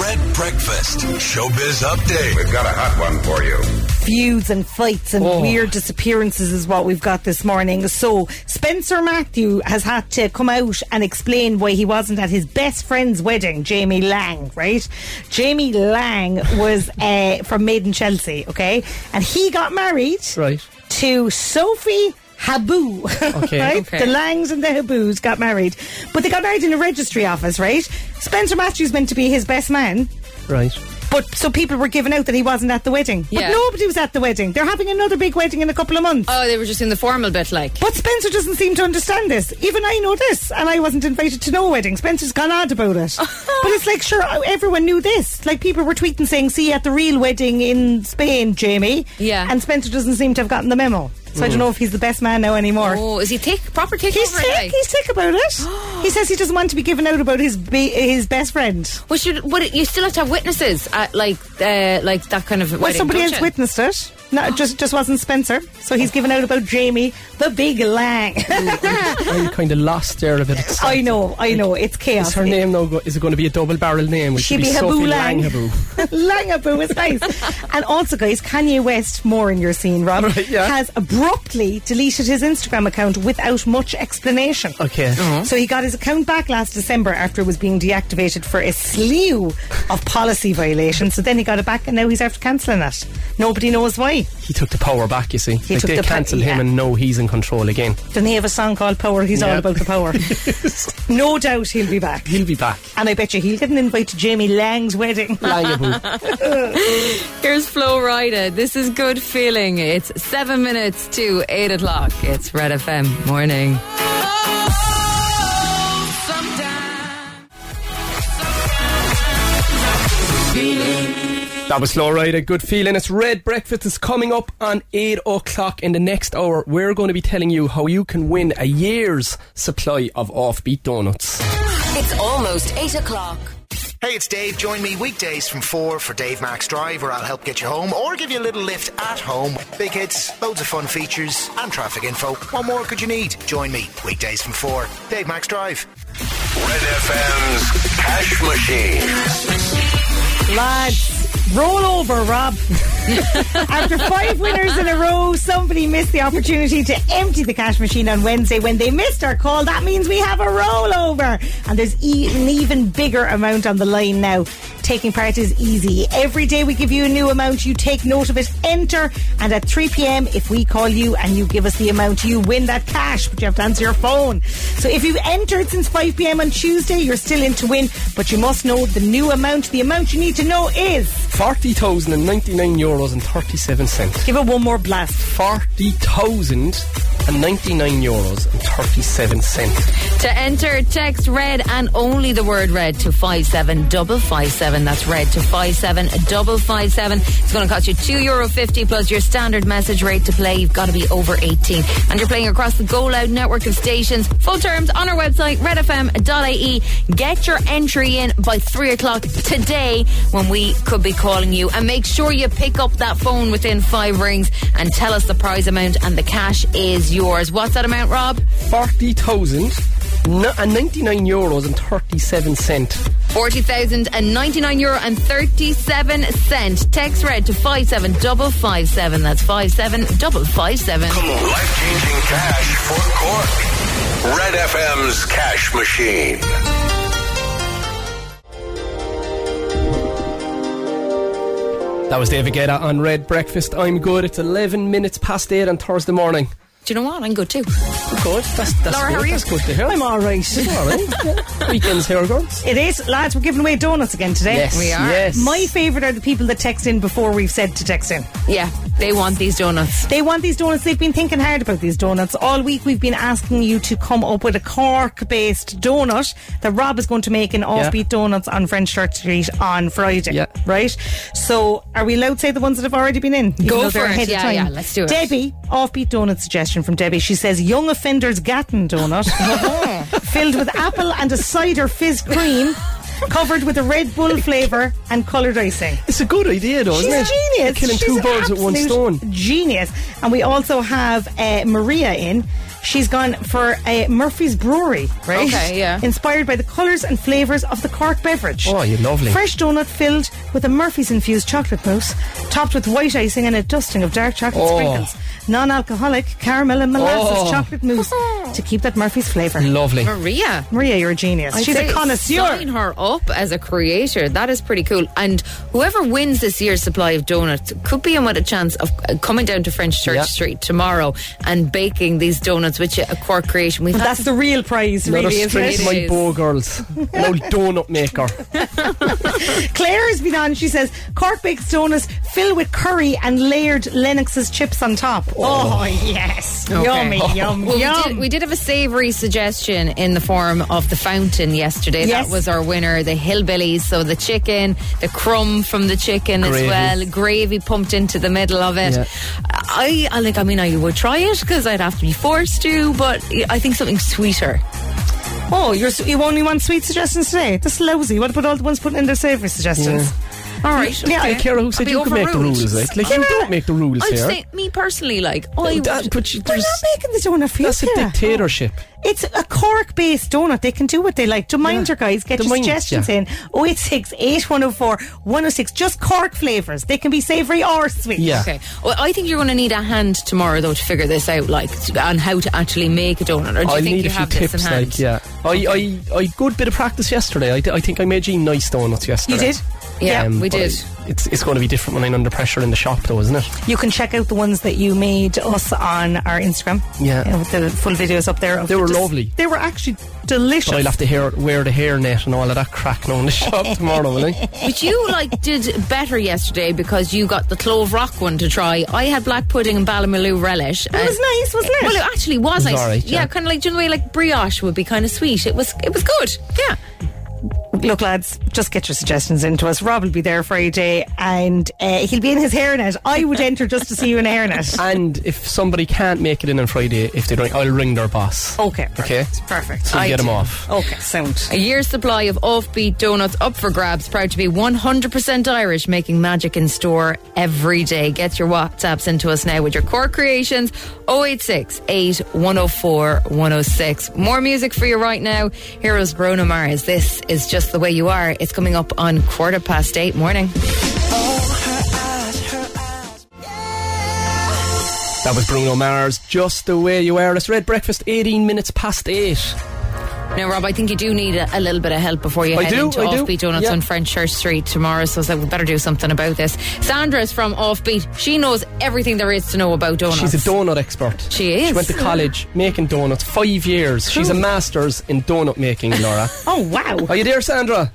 [SPEAKER 5] Red Breakfast, Showbiz Update. We've got a hot one for you.
[SPEAKER 4] feuds and fights and
[SPEAKER 5] Oh.
[SPEAKER 4] weird disappearances is what we've got this morning. So Spencer Matthew has had to come out and explain why he wasn't at his best friend's wedding, Jamie Lang, right? Jamie Lang was uh, from Maiden Chelsea, okay? And he got married
[SPEAKER 2] right.
[SPEAKER 4] to Sophie Habu,
[SPEAKER 2] Okay.
[SPEAKER 4] right?
[SPEAKER 2] Okay.
[SPEAKER 4] The Langs and the Habus got married, but they got married in a registry office, right? Spencer Matthews meant to be his best man.
[SPEAKER 2] Right.
[SPEAKER 4] But so people were giving out that he wasn't at the wedding.
[SPEAKER 3] Yeah.
[SPEAKER 4] But nobody was at the wedding. They're having another big wedding in a couple of months.
[SPEAKER 3] Oh, they were just in the formal bit, like.
[SPEAKER 4] But Spencer doesn't seem to understand this. Even I know this, and I wasn't invited to no wedding. Spencer's gone odd about it. but it's like, sure, everyone knew this. Like, people were tweeting saying, see you at the real wedding in Spain, Jamie.
[SPEAKER 3] Yeah.
[SPEAKER 4] And Spencer doesn't seem to have gotten the memo. So I don't
[SPEAKER 3] Mm.
[SPEAKER 4] know if he's the best man now anymore.
[SPEAKER 3] Oh, is he thick? Proper thick
[SPEAKER 4] He's
[SPEAKER 3] over
[SPEAKER 4] sick.
[SPEAKER 3] like?
[SPEAKER 4] He's sick about it. he says he doesn't want to be given out about his be- his best friend.
[SPEAKER 3] Well, should, would it, you still have to have witnesses at, like, uh, like that kind of
[SPEAKER 4] Well,
[SPEAKER 3] wedding,
[SPEAKER 4] somebody
[SPEAKER 3] don't
[SPEAKER 4] else
[SPEAKER 3] you?
[SPEAKER 4] witnessed it. No, it just just wasn't Spencer. So he's given out about Jamie, the big lang.
[SPEAKER 2] I'm kind of lost there a bit.
[SPEAKER 4] I know, I know, it's chaos.
[SPEAKER 2] Is her name now? Go- is it going to be a double barrel name? Which
[SPEAKER 4] She'd
[SPEAKER 2] should be,
[SPEAKER 4] be Habu
[SPEAKER 2] Sophie
[SPEAKER 4] Lang.
[SPEAKER 2] Lang. Habu.
[SPEAKER 4] Langaboo is nice. and also, guys, Kanye West, more in your scene, Rob, has abruptly deleted his Instagram account without much explanation.
[SPEAKER 2] Okay. Uh-huh.
[SPEAKER 4] So he got his account back last December after it was being deactivated for a slew of policy violations. So then he got it back and now he's after cancelling it. Nobody knows why.
[SPEAKER 2] He took the power back. You see, like
[SPEAKER 4] took
[SPEAKER 2] they
[SPEAKER 4] the pa-
[SPEAKER 2] cancelled him,
[SPEAKER 4] yeah.
[SPEAKER 2] and now he's in control again.
[SPEAKER 4] Doesn't he have a song called Power? He's all
[SPEAKER 2] Yeah.
[SPEAKER 4] about the power. no doubt he'll be back.
[SPEAKER 2] He'll be back.
[SPEAKER 4] And I bet you he'll get an invite to Jamie Lang's wedding.
[SPEAKER 3] Here's Flo Rida. This is good feeling. It's seven minutes to eight o'clock. It's Red FM morning.
[SPEAKER 2] That was Slow Rider. Good feeling. It's Red Breakfast is coming up on 8 o'clock in the next hour. We're going to be telling you how you can win a year's supply of offbeat donuts.
[SPEAKER 1] It's almost 8 o'clock.
[SPEAKER 12] Hey, it's Dave. Join me weekdays from 4 for Dave Max Drive, where I'll help get you home or give you a little lift at home. Big hits, loads of fun features, and traffic info. What more could you need? Join me weekdays from 4. Dave Max Drive.
[SPEAKER 5] Red FM's Cash Machine.
[SPEAKER 4] Lads, roll over, Rob. After five winners in a row, somebody missed the opportunity to empty the cash machine on Wednesday. When they missed our call, that means we have a rollover. And there's e- an even bigger amount on the line now. Taking part is easy. Every day we give you a new amount, you take note of it, enter, and at 3 p.m., if we call you and you give us the amount, you win that cash, but you have to answer your phone. So if you've entered since 5 p.m. on Tuesday, you're still in to win, but you must know the new amount. The amount you need to know is.
[SPEAKER 2] 40,099 euros and 37 cents.
[SPEAKER 4] Give it one more blast.
[SPEAKER 2] 40,099 euros and 37 cents.
[SPEAKER 3] To enter, text red and only the word red to 57557. That's red to 57557. It's going to cost you €2.50 plus your standard message rate to play. You've got to be over 18. And you're playing across the Go Loud network of stations. Full terms on our website, redfm.ie. E. Get your entry in by 3 o'clock today when we could be calling you. And make sure you pick up that phone within five rings and tell us the prize amount and the cash is yours. What's that amount, Rob?
[SPEAKER 2] 40,000 no- and 99 euros and 37 cents.
[SPEAKER 3] Forty thousand and ninety nine euro and thirty seven cent. Text red to five seven double five seven. That's five seven double five seven.
[SPEAKER 5] Life changing cash for Cork. Red FM's Cash Machine.
[SPEAKER 2] That was David Guetta on Red Breakfast. I'm good. It's 11 minutes past 8 on Thursday morning.
[SPEAKER 3] Do you know what? I'm good too.
[SPEAKER 2] Good. That's, that's
[SPEAKER 4] Laura,
[SPEAKER 2] good.
[SPEAKER 4] how are you?
[SPEAKER 2] That's good to hear.
[SPEAKER 4] I'm all right.
[SPEAKER 2] all right. Weekends here, girls.
[SPEAKER 4] It is, lads. We're giving away donuts again today.
[SPEAKER 2] Yes, We are. yes.
[SPEAKER 4] My favourite are the people that text in before we've said to text in.
[SPEAKER 3] Yeah, they want these donuts.
[SPEAKER 4] They want these donuts. They've been thinking hard about these donuts all week. We've been asking you to come up with a Cork-based donut that Rob is going to make in Offbeat Donuts on French Church Street on Friday. Yeah. Right. So, are we allowed to say the ones that have already been in? even
[SPEAKER 3] Go
[SPEAKER 4] though they're
[SPEAKER 3] for it.
[SPEAKER 4] ahead of
[SPEAKER 3] Yeah,
[SPEAKER 4] time?
[SPEAKER 3] yeah, let's do it.
[SPEAKER 4] Debbie, Offbeat Donut suggestion from Debbie. She says Young Offenders Gatton Donut. filled with apple and a cider fizz cream. Covered with a Red Bull flavour and coloured icing.
[SPEAKER 2] It's a good idea, though,
[SPEAKER 4] She's
[SPEAKER 2] isn't it?
[SPEAKER 4] a genius.
[SPEAKER 2] You're killing
[SPEAKER 4] She's
[SPEAKER 2] two
[SPEAKER 4] an
[SPEAKER 2] birds with one
[SPEAKER 4] absolute Genius. And we also have uh, Maria in. She's gone for uh, Murphy's Brewery, right?
[SPEAKER 3] Okay, yeah.
[SPEAKER 4] Inspired by the colours and flavours of the Cork beverage.
[SPEAKER 2] Oh, you're lovely.
[SPEAKER 4] Fresh donut filled with a Murphy's infused chocolate mousse, topped with white icing and a dusting of dark chocolate
[SPEAKER 2] Oh.
[SPEAKER 4] sprinkles. Non alcoholic caramel and molasses
[SPEAKER 2] Oh.
[SPEAKER 4] chocolate mousse to keep that Murphy's flavour.
[SPEAKER 2] Lovely.
[SPEAKER 3] Maria.
[SPEAKER 4] Maria, you're a genius.
[SPEAKER 3] I'd
[SPEAKER 4] She's
[SPEAKER 3] say
[SPEAKER 4] a connoisseur.
[SPEAKER 3] Sign her up as a creator. That is pretty cool. And whoever wins this year's supply of donuts could be in with a chance of uh, coming down to French Church
[SPEAKER 2] Yeah.
[SPEAKER 3] Street tomorrow and baking these donuts, which is a Cork creation. We've
[SPEAKER 4] Well,
[SPEAKER 3] had
[SPEAKER 4] that's the real prize,
[SPEAKER 2] Not
[SPEAKER 4] really,
[SPEAKER 2] a
[SPEAKER 4] isn't
[SPEAKER 2] straight
[SPEAKER 4] it?
[SPEAKER 2] my bow girls. An old donut maker.
[SPEAKER 4] Claire has been on. She says Cork baked donuts fill with curry and layered Lennox's chips on top. Oh, yes,
[SPEAKER 3] Okay.
[SPEAKER 4] yummy, yum,
[SPEAKER 3] Well,
[SPEAKER 4] yum.
[SPEAKER 3] We did, we did have a savoury suggestion in the form of the fountain yesterday.
[SPEAKER 4] Yes.
[SPEAKER 3] That was our winner, the hillbillies. So the chicken, the crumb from the chicken
[SPEAKER 13] Gravy.
[SPEAKER 3] as well, gravy pumped into the middle of it.
[SPEAKER 13] Yeah.
[SPEAKER 3] I, I like. I mean, I would try it because I'd have to be forced to, but I think something sweeter.
[SPEAKER 4] oh, you're, s- you only want sweet suggestions today? That's lousy. What about all the ones putting in their savoury suggestions?
[SPEAKER 3] All right.
[SPEAKER 4] Yeah,
[SPEAKER 3] okay.
[SPEAKER 4] I care
[SPEAKER 2] Who said you could make the rules? eh? Like, like you don't make the rules
[SPEAKER 3] I'm
[SPEAKER 2] here.
[SPEAKER 3] saying, me personally, like, I would.
[SPEAKER 2] That- but you-
[SPEAKER 4] They're not making the donut for you,
[SPEAKER 2] that's a
[SPEAKER 4] Ciara.
[SPEAKER 2] dictatorship.
[SPEAKER 4] It's a Cork based donut. They can do what they like. Do mind your guys. Get
[SPEAKER 2] Do
[SPEAKER 4] your
[SPEAKER 2] mind,
[SPEAKER 4] suggestions
[SPEAKER 2] yeah.
[SPEAKER 4] in Oh, 086 8104 106. Just Cork flavours. They can be savoury or sweet.
[SPEAKER 3] Okay. Well, I think you're going to need a hand tomorrow, though, to figure this out, like, t- on how to actually make a donut. Or do you
[SPEAKER 2] I
[SPEAKER 3] think
[SPEAKER 2] need
[SPEAKER 3] you
[SPEAKER 2] a few
[SPEAKER 3] have
[SPEAKER 2] tips.
[SPEAKER 3] this in hand?
[SPEAKER 2] Like, yeah, I, I, I good bit of practice yesterday. I, d- I think I made you nice donuts yesterday. Mm,
[SPEAKER 4] did? Yeah, we
[SPEAKER 2] um, but
[SPEAKER 4] did.
[SPEAKER 2] It's it's going to be different when I'm under pressure in the shop, though, isn't it?
[SPEAKER 4] You can check out the ones that you made us on our Instagram.
[SPEAKER 2] Yeah.
[SPEAKER 4] with the full videos up there. of
[SPEAKER 2] They were
[SPEAKER 4] the-
[SPEAKER 2] lovely.
[SPEAKER 4] They were actually
[SPEAKER 2] But
[SPEAKER 4] delicious.
[SPEAKER 2] I'll have to hair, wear the hairnet and all of that crack now in the shop tomorrow, will I?
[SPEAKER 3] But you, like, did better yesterday because you got the Clove Rock one to try. I had black pudding and Ballymaloe relish. Uh,
[SPEAKER 4] It was nice, wasn't it?
[SPEAKER 3] Well, it actually was,
[SPEAKER 2] It was
[SPEAKER 3] nice.
[SPEAKER 2] all right,
[SPEAKER 3] yeah,
[SPEAKER 2] yeah.
[SPEAKER 3] kind of like, do you know the way, like, brioche would be kind of sweet. It was, it was good. Yeah.
[SPEAKER 4] Look, lads, just get your suggestions into us. Rob will be there Friday, and uh, he'll be in his hairnet. I would enter just to see you in a hairnet.
[SPEAKER 2] And if somebody can't make it in on Friday, if they don't, I'll ring their boss.
[SPEAKER 4] Okay.
[SPEAKER 2] Okay.
[SPEAKER 4] Perfect.
[SPEAKER 2] So you
[SPEAKER 3] I
[SPEAKER 2] get them
[SPEAKER 3] do.
[SPEAKER 2] off.
[SPEAKER 4] Okay, sound.
[SPEAKER 3] A year's supply of offbeat donuts up for grabs. Proud to be 100% Irish, making magic in store every day. Get your WhatsApps into us now with your core creations 086 8104 106. More music for you right now. Heroes Bruno Mars. This is just the way you are. It's coming up on quarter past eight morning.
[SPEAKER 2] That was Bruno Mars. Just the way you are. It's Red Breakfast, 18 minutes past 8.
[SPEAKER 3] Now, Rob, I think you do need a, a little bit of help before you
[SPEAKER 2] I
[SPEAKER 3] head
[SPEAKER 2] do,
[SPEAKER 3] into
[SPEAKER 2] I do.
[SPEAKER 3] Offbeat Donuts
[SPEAKER 2] Yeah.
[SPEAKER 3] on French Church Street tomorrow. So, I said we better do something about this. Sandra is from Offbeat. She knows everything there is to know about donuts.
[SPEAKER 2] She's a donut expert.
[SPEAKER 3] She is.
[SPEAKER 2] She went to college making donuts, five years. She's a master's in donut making, Laura.
[SPEAKER 4] oh, wow.
[SPEAKER 2] Are you there, Sandra?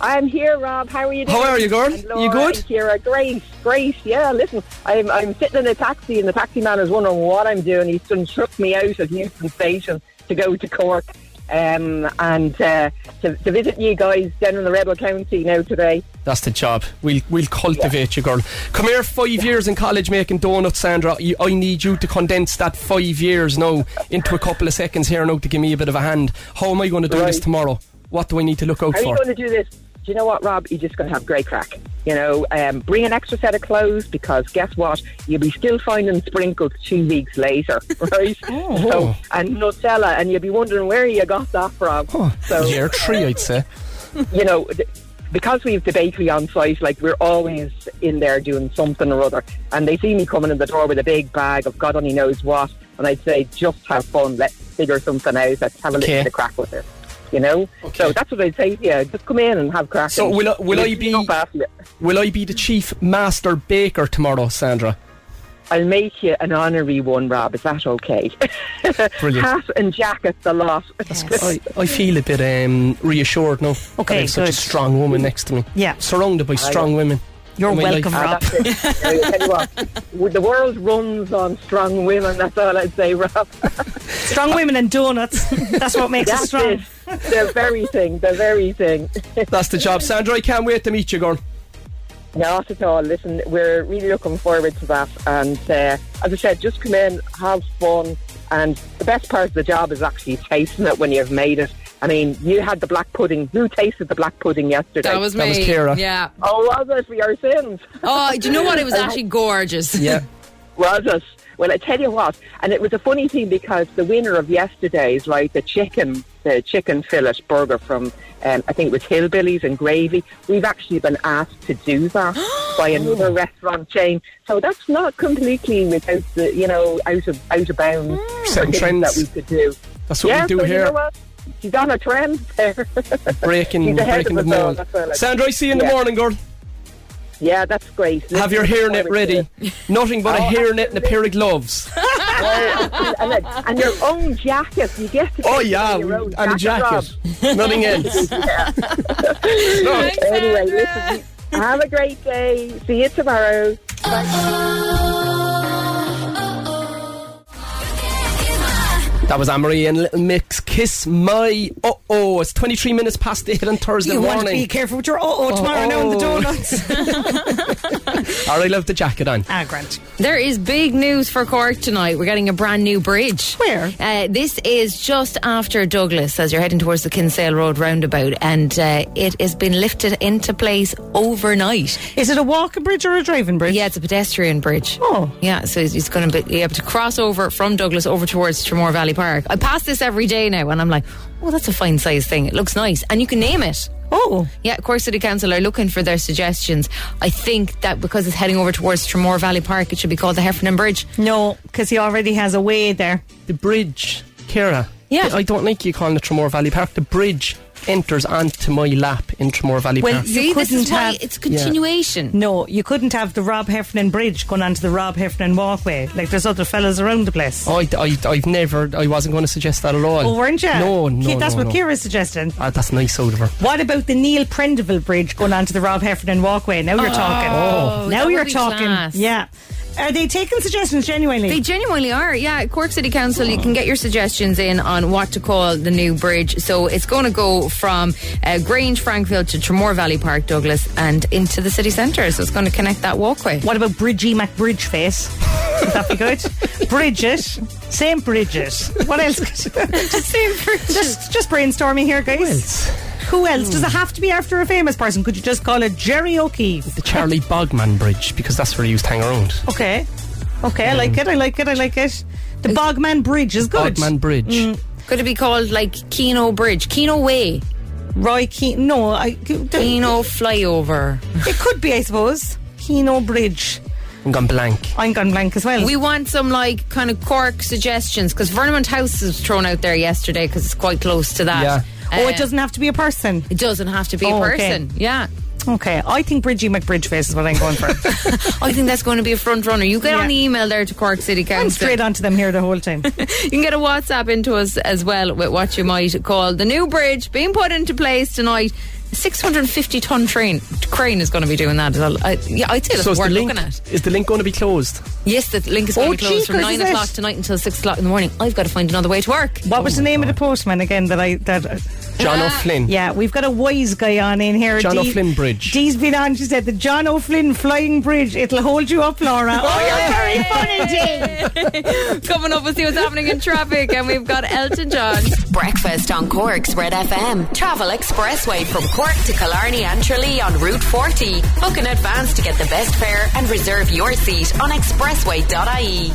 [SPEAKER 14] I'm here, Rob. How are you doing?
[SPEAKER 2] How are you, girl?
[SPEAKER 14] And Laura
[SPEAKER 2] You good?
[SPEAKER 14] and Kira, great, great. Yeah, listen, I'm I'm sitting in a taxi, and the taxi man is wondering what I'm doing. He's done shook me out of Newton Station to go to Cork, um, and uh, to, to visit you guys down in the Rebel County now today.
[SPEAKER 2] That's the job. We'll we'll cultivate you, girl. Come here, five years in college making donuts, Sandra. You, I need you to condense that five years now into a couple of seconds here now to give me a bit of a hand. How am I going to do this
[SPEAKER 14] Right.
[SPEAKER 2] tomorrow? What do I need to look out
[SPEAKER 14] How are
[SPEAKER 2] for?
[SPEAKER 14] you going to do this? Do you know what, Rob? You're just going to have great crack. You know, um, bring an extra set of clothes because guess what? You'll be still finding sprinkles two weeks later, right? So, and Nutella, and you'll be wondering where you got that from.
[SPEAKER 2] Oh,
[SPEAKER 14] So,
[SPEAKER 2] Year three, I'd say.
[SPEAKER 14] you know, th- because we have the bakery on site, like we're always in there doing something or other. And they see me coming in the door with a big bag of God only knows what. And I'd say, just have fun. Let's figure something out. Let's have a little
[SPEAKER 2] Okay.
[SPEAKER 14] bit of crack with it. You know? So that's what I'd say. Yeah, just come in and have crack.
[SPEAKER 2] So
[SPEAKER 14] and
[SPEAKER 2] will I, will I
[SPEAKER 14] you'll
[SPEAKER 2] be
[SPEAKER 14] up after it.
[SPEAKER 2] will I be the chief master baker tomorrow, Sandra?
[SPEAKER 14] I'll make you an honorary one, Rob. Is that okay?
[SPEAKER 2] Brilliant.
[SPEAKER 14] Hat and jacket, the lot.
[SPEAKER 2] I, I feel a bit um, reassured now.
[SPEAKER 14] Okay,
[SPEAKER 2] I have such a
[SPEAKER 14] good.
[SPEAKER 2] strong woman next to me.
[SPEAKER 4] Yeah.
[SPEAKER 2] Surrounded by strong women.
[SPEAKER 4] You're
[SPEAKER 2] in my
[SPEAKER 4] welcome,
[SPEAKER 2] life.
[SPEAKER 4] Rob.
[SPEAKER 14] I tell you what, w- the world runs on strong women. That's all I'd say, Rob.
[SPEAKER 4] Strong women and donuts. That's what makes us
[SPEAKER 14] That's
[SPEAKER 4] strong.
[SPEAKER 14] it. The very thing. The very thing.
[SPEAKER 2] That's the job, Sandra. I can't wait to meet you, girl.
[SPEAKER 14] Not at all. Listen, we're really looking forward to that. And uh, as I said, just come in, have fun. And the best part of the job is actually tasting it when you've made it. I mean, you had the black pudding. Who tasted the black pudding yesterday?
[SPEAKER 3] That was That was me. Ciara. Yeah.
[SPEAKER 14] Oh, was it for your sins?
[SPEAKER 3] Oh, do you know what? It was actually gorgeous.
[SPEAKER 2] Yeah.
[SPEAKER 14] was it? Well, I tell you what, and it was a funny thing because the winner of yesterday's, right, the chicken, the chicken fillet burger from, um, I think it was Hillbillies and Gravy. We've actually been asked to do that by another restaurant chain, so that's not completely without the, you know, out of out of bounds
[SPEAKER 2] Setting
[SPEAKER 14] things
[SPEAKER 2] trends.
[SPEAKER 14] that we could do.
[SPEAKER 2] That's what
[SPEAKER 14] yeah,
[SPEAKER 2] we do
[SPEAKER 14] so
[SPEAKER 2] here.
[SPEAKER 14] You know what? She's on a trend there.
[SPEAKER 2] breaking
[SPEAKER 14] She's ahead
[SPEAKER 2] breaking the
[SPEAKER 14] of us all,
[SPEAKER 2] mold.
[SPEAKER 14] that's all I like.
[SPEAKER 2] Sandra, I see you in the
[SPEAKER 14] Yeah.
[SPEAKER 2] morning, girl.
[SPEAKER 14] Yeah, that's great.
[SPEAKER 2] Have your hair net ready. Nothing but a hair net and a pair of gloves.
[SPEAKER 14] Oh, and, and, and your own jacket. You get to
[SPEAKER 2] Oh
[SPEAKER 14] pick
[SPEAKER 2] yeah,
[SPEAKER 14] your own
[SPEAKER 2] and a jacket. Nothing else.
[SPEAKER 14] Rob. anyway, listen. Have a great day. See you tomorrow.
[SPEAKER 2] That was Amory and Little Mix. Kiss my uh oh. It's 23 minutes past 8 on Thursday
[SPEAKER 4] You
[SPEAKER 2] morning.
[SPEAKER 4] want to be careful with your oh oh tomorrow now in the
[SPEAKER 2] Uh-oh.
[SPEAKER 4] donuts.
[SPEAKER 2] All right, love the jacket on.
[SPEAKER 4] ah, Grant.
[SPEAKER 3] There is big news for Cork tonight. We're getting a brand new bridge.
[SPEAKER 4] Where?
[SPEAKER 3] Uh, this is just after Douglas as you're heading towards the Kinsale Road roundabout, and uh, it has been lifted into place overnight.
[SPEAKER 4] Is it a walking bridge or a driving bridge?
[SPEAKER 3] Yeah, it's a pedestrian bridge.
[SPEAKER 4] Oh.
[SPEAKER 3] Yeah, so it's, it's going to be able to cross over from Douglas over towards Tremore Valley Park. I pass this every day now, and I'm like, oh, that's a fine size thing. It looks nice. And you can name it.
[SPEAKER 4] Oh.
[SPEAKER 3] Yeah, Cork City Council are looking for their suggestions. I think that because it's heading over towards Tremore Valley Park, it should be called the Heffernan Bridge.
[SPEAKER 4] No, because he already has a way there.
[SPEAKER 2] The bridge, Kira.
[SPEAKER 3] Yeah.
[SPEAKER 2] I don't like you calling it Tremore Valley Park. The bridge enters onto my lap in Tremore Valley
[SPEAKER 4] Well,
[SPEAKER 2] Park.
[SPEAKER 4] you couldn't have.
[SPEAKER 3] it's a continuation.
[SPEAKER 4] No, you couldn't have the Rob Heffernan Bridge going onto the Rob Heffernan Walkway. Like there's other fellas around the place.
[SPEAKER 2] I, I, I've never, I wasn't going to suggest that at all.
[SPEAKER 4] Oh, weren't you?
[SPEAKER 2] No, no.
[SPEAKER 4] Ki- That's
[SPEAKER 2] no,
[SPEAKER 4] what
[SPEAKER 2] no.
[SPEAKER 4] Kira's suggesting.
[SPEAKER 2] Ah, that's nice out of her.
[SPEAKER 4] What about the Neil Prendeville Bridge going onto the Rob Heffernan Walkway? Now you're talking.
[SPEAKER 2] Oh.
[SPEAKER 4] now
[SPEAKER 3] that
[SPEAKER 4] you're
[SPEAKER 3] would be
[SPEAKER 4] talking.
[SPEAKER 3] class.
[SPEAKER 4] Yeah. Are they taking suggestions genuinely?
[SPEAKER 3] They genuinely are. Yeah, Cork City Council, you can get your suggestions in on what to call the new bridge. So it's going to go from uh, Grange, Frankfield to Tremore Valley Park, Douglas, and into the city centre. So it's going to connect that walkway.
[SPEAKER 4] what about Bridgie McBridgeface? Would that be good? Bridget. Same Bridget. What else?
[SPEAKER 3] Same Bridget.
[SPEAKER 4] Just, just brainstorming here, guys. Who else? Does it have to be after a famous person? Could you just call it Jerry O'Keefe?
[SPEAKER 2] The Charlie Bogman Bridge, because that's where he used to hang around.
[SPEAKER 4] Okay. Okay, I like it. I like it. I like it. The Bogman Bridge is good.
[SPEAKER 2] Bogman Bridge.
[SPEAKER 3] Could it be called like Keno Bridge, Keno Way,
[SPEAKER 4] Roy Keane. No, I.
[SPEAKER 3] Keno Flyover?
[SPEAKER 4] It could be, I suppose. Keno Bridge.
[SPEAKER 2] I'm gone blank.
[SPEAKER 4] I'm gone blank as well.
[SPEAKER 3] We want some like kind of Cork suggestions because Vermont House was thrown out there yesterday because it's quite close to that.
[SPEAKER 2] Yeah.
[SPEAKER 4] oh,
[SPEAKER 3] Uh,
[SPEAKER 4] it doesn't have to be a person.
[SPEAKER 3] It doesn't have to be
[SPEAKER 4] Oh,
[SPEAKER 3] a
[SPEAKER 4] okay.
[SPEAKER 3] person. Yeah.
[SPEAKER 4] Okay, I think Bridgie McBridgeface is what I'm going for.
[SPEAKER 3] I think that's going to be a front runner. You get
[SPEAKER 4] Yeah.
[SPEAKER 3] on the email there to Cork City
[SPEAKER 4] I'm
[SPEAKER 3] Council.
[SPEAKER 4] straight onto them here the whole time.
[SPEAKER 3] You can get a WhatsApp into us as well with what you might call the new bridge being put into place tonight. A 650 ton train crane is going to be doing that. as well. I, yeah, I'd say that's
[SPEAKER 2] so is the,
[SPEAKER 3] worth
[SPEAKER 2] link,
[SPEAKER 3] looking at.
[SPEAKER 2] is the link going to be closed?
[SPEAKER 3] Yes, the link is going
[SPEAKER 4] Oh,
[SPEAKER 3] to be closed from
[SPEAKER 4] cheekers,
[SPEAKER 3] nine
[SPEAKER 4] is it?
[SPEAKER 3] o'clock tonight until six o'clock in the morning. I've got to find another way to work.
[SPEAKER 4] What was the name of the postman again? That I that.
[SPEAKER 2] John
[SPEAKER 3] Uh,
[SPEAKER 2] O'Flynn.
[SPEAKER 4] Yeah, we've got a wise guy on in here.
[SPEAKER 2] John
[SPEAKER 4] Dee-
[SPEAKER 2] O'Flynn Bridge.
[SPEAKER 4] Dee's been on. She said the John O'Flynn Flying Bridge. It'll hold you up, Laura. oh, you're very funny, Dee.
[SPEAKER 3] Coming up, we'll see what's happening in traffic, and we've got Elton John.
[SPEAKER 1] Breakfast on Cork's Red FM. Travel expressway from Cork to Killarney and Tralee on Route 40. Book in advance to get the best fare and reserve your seat on expressway.ie.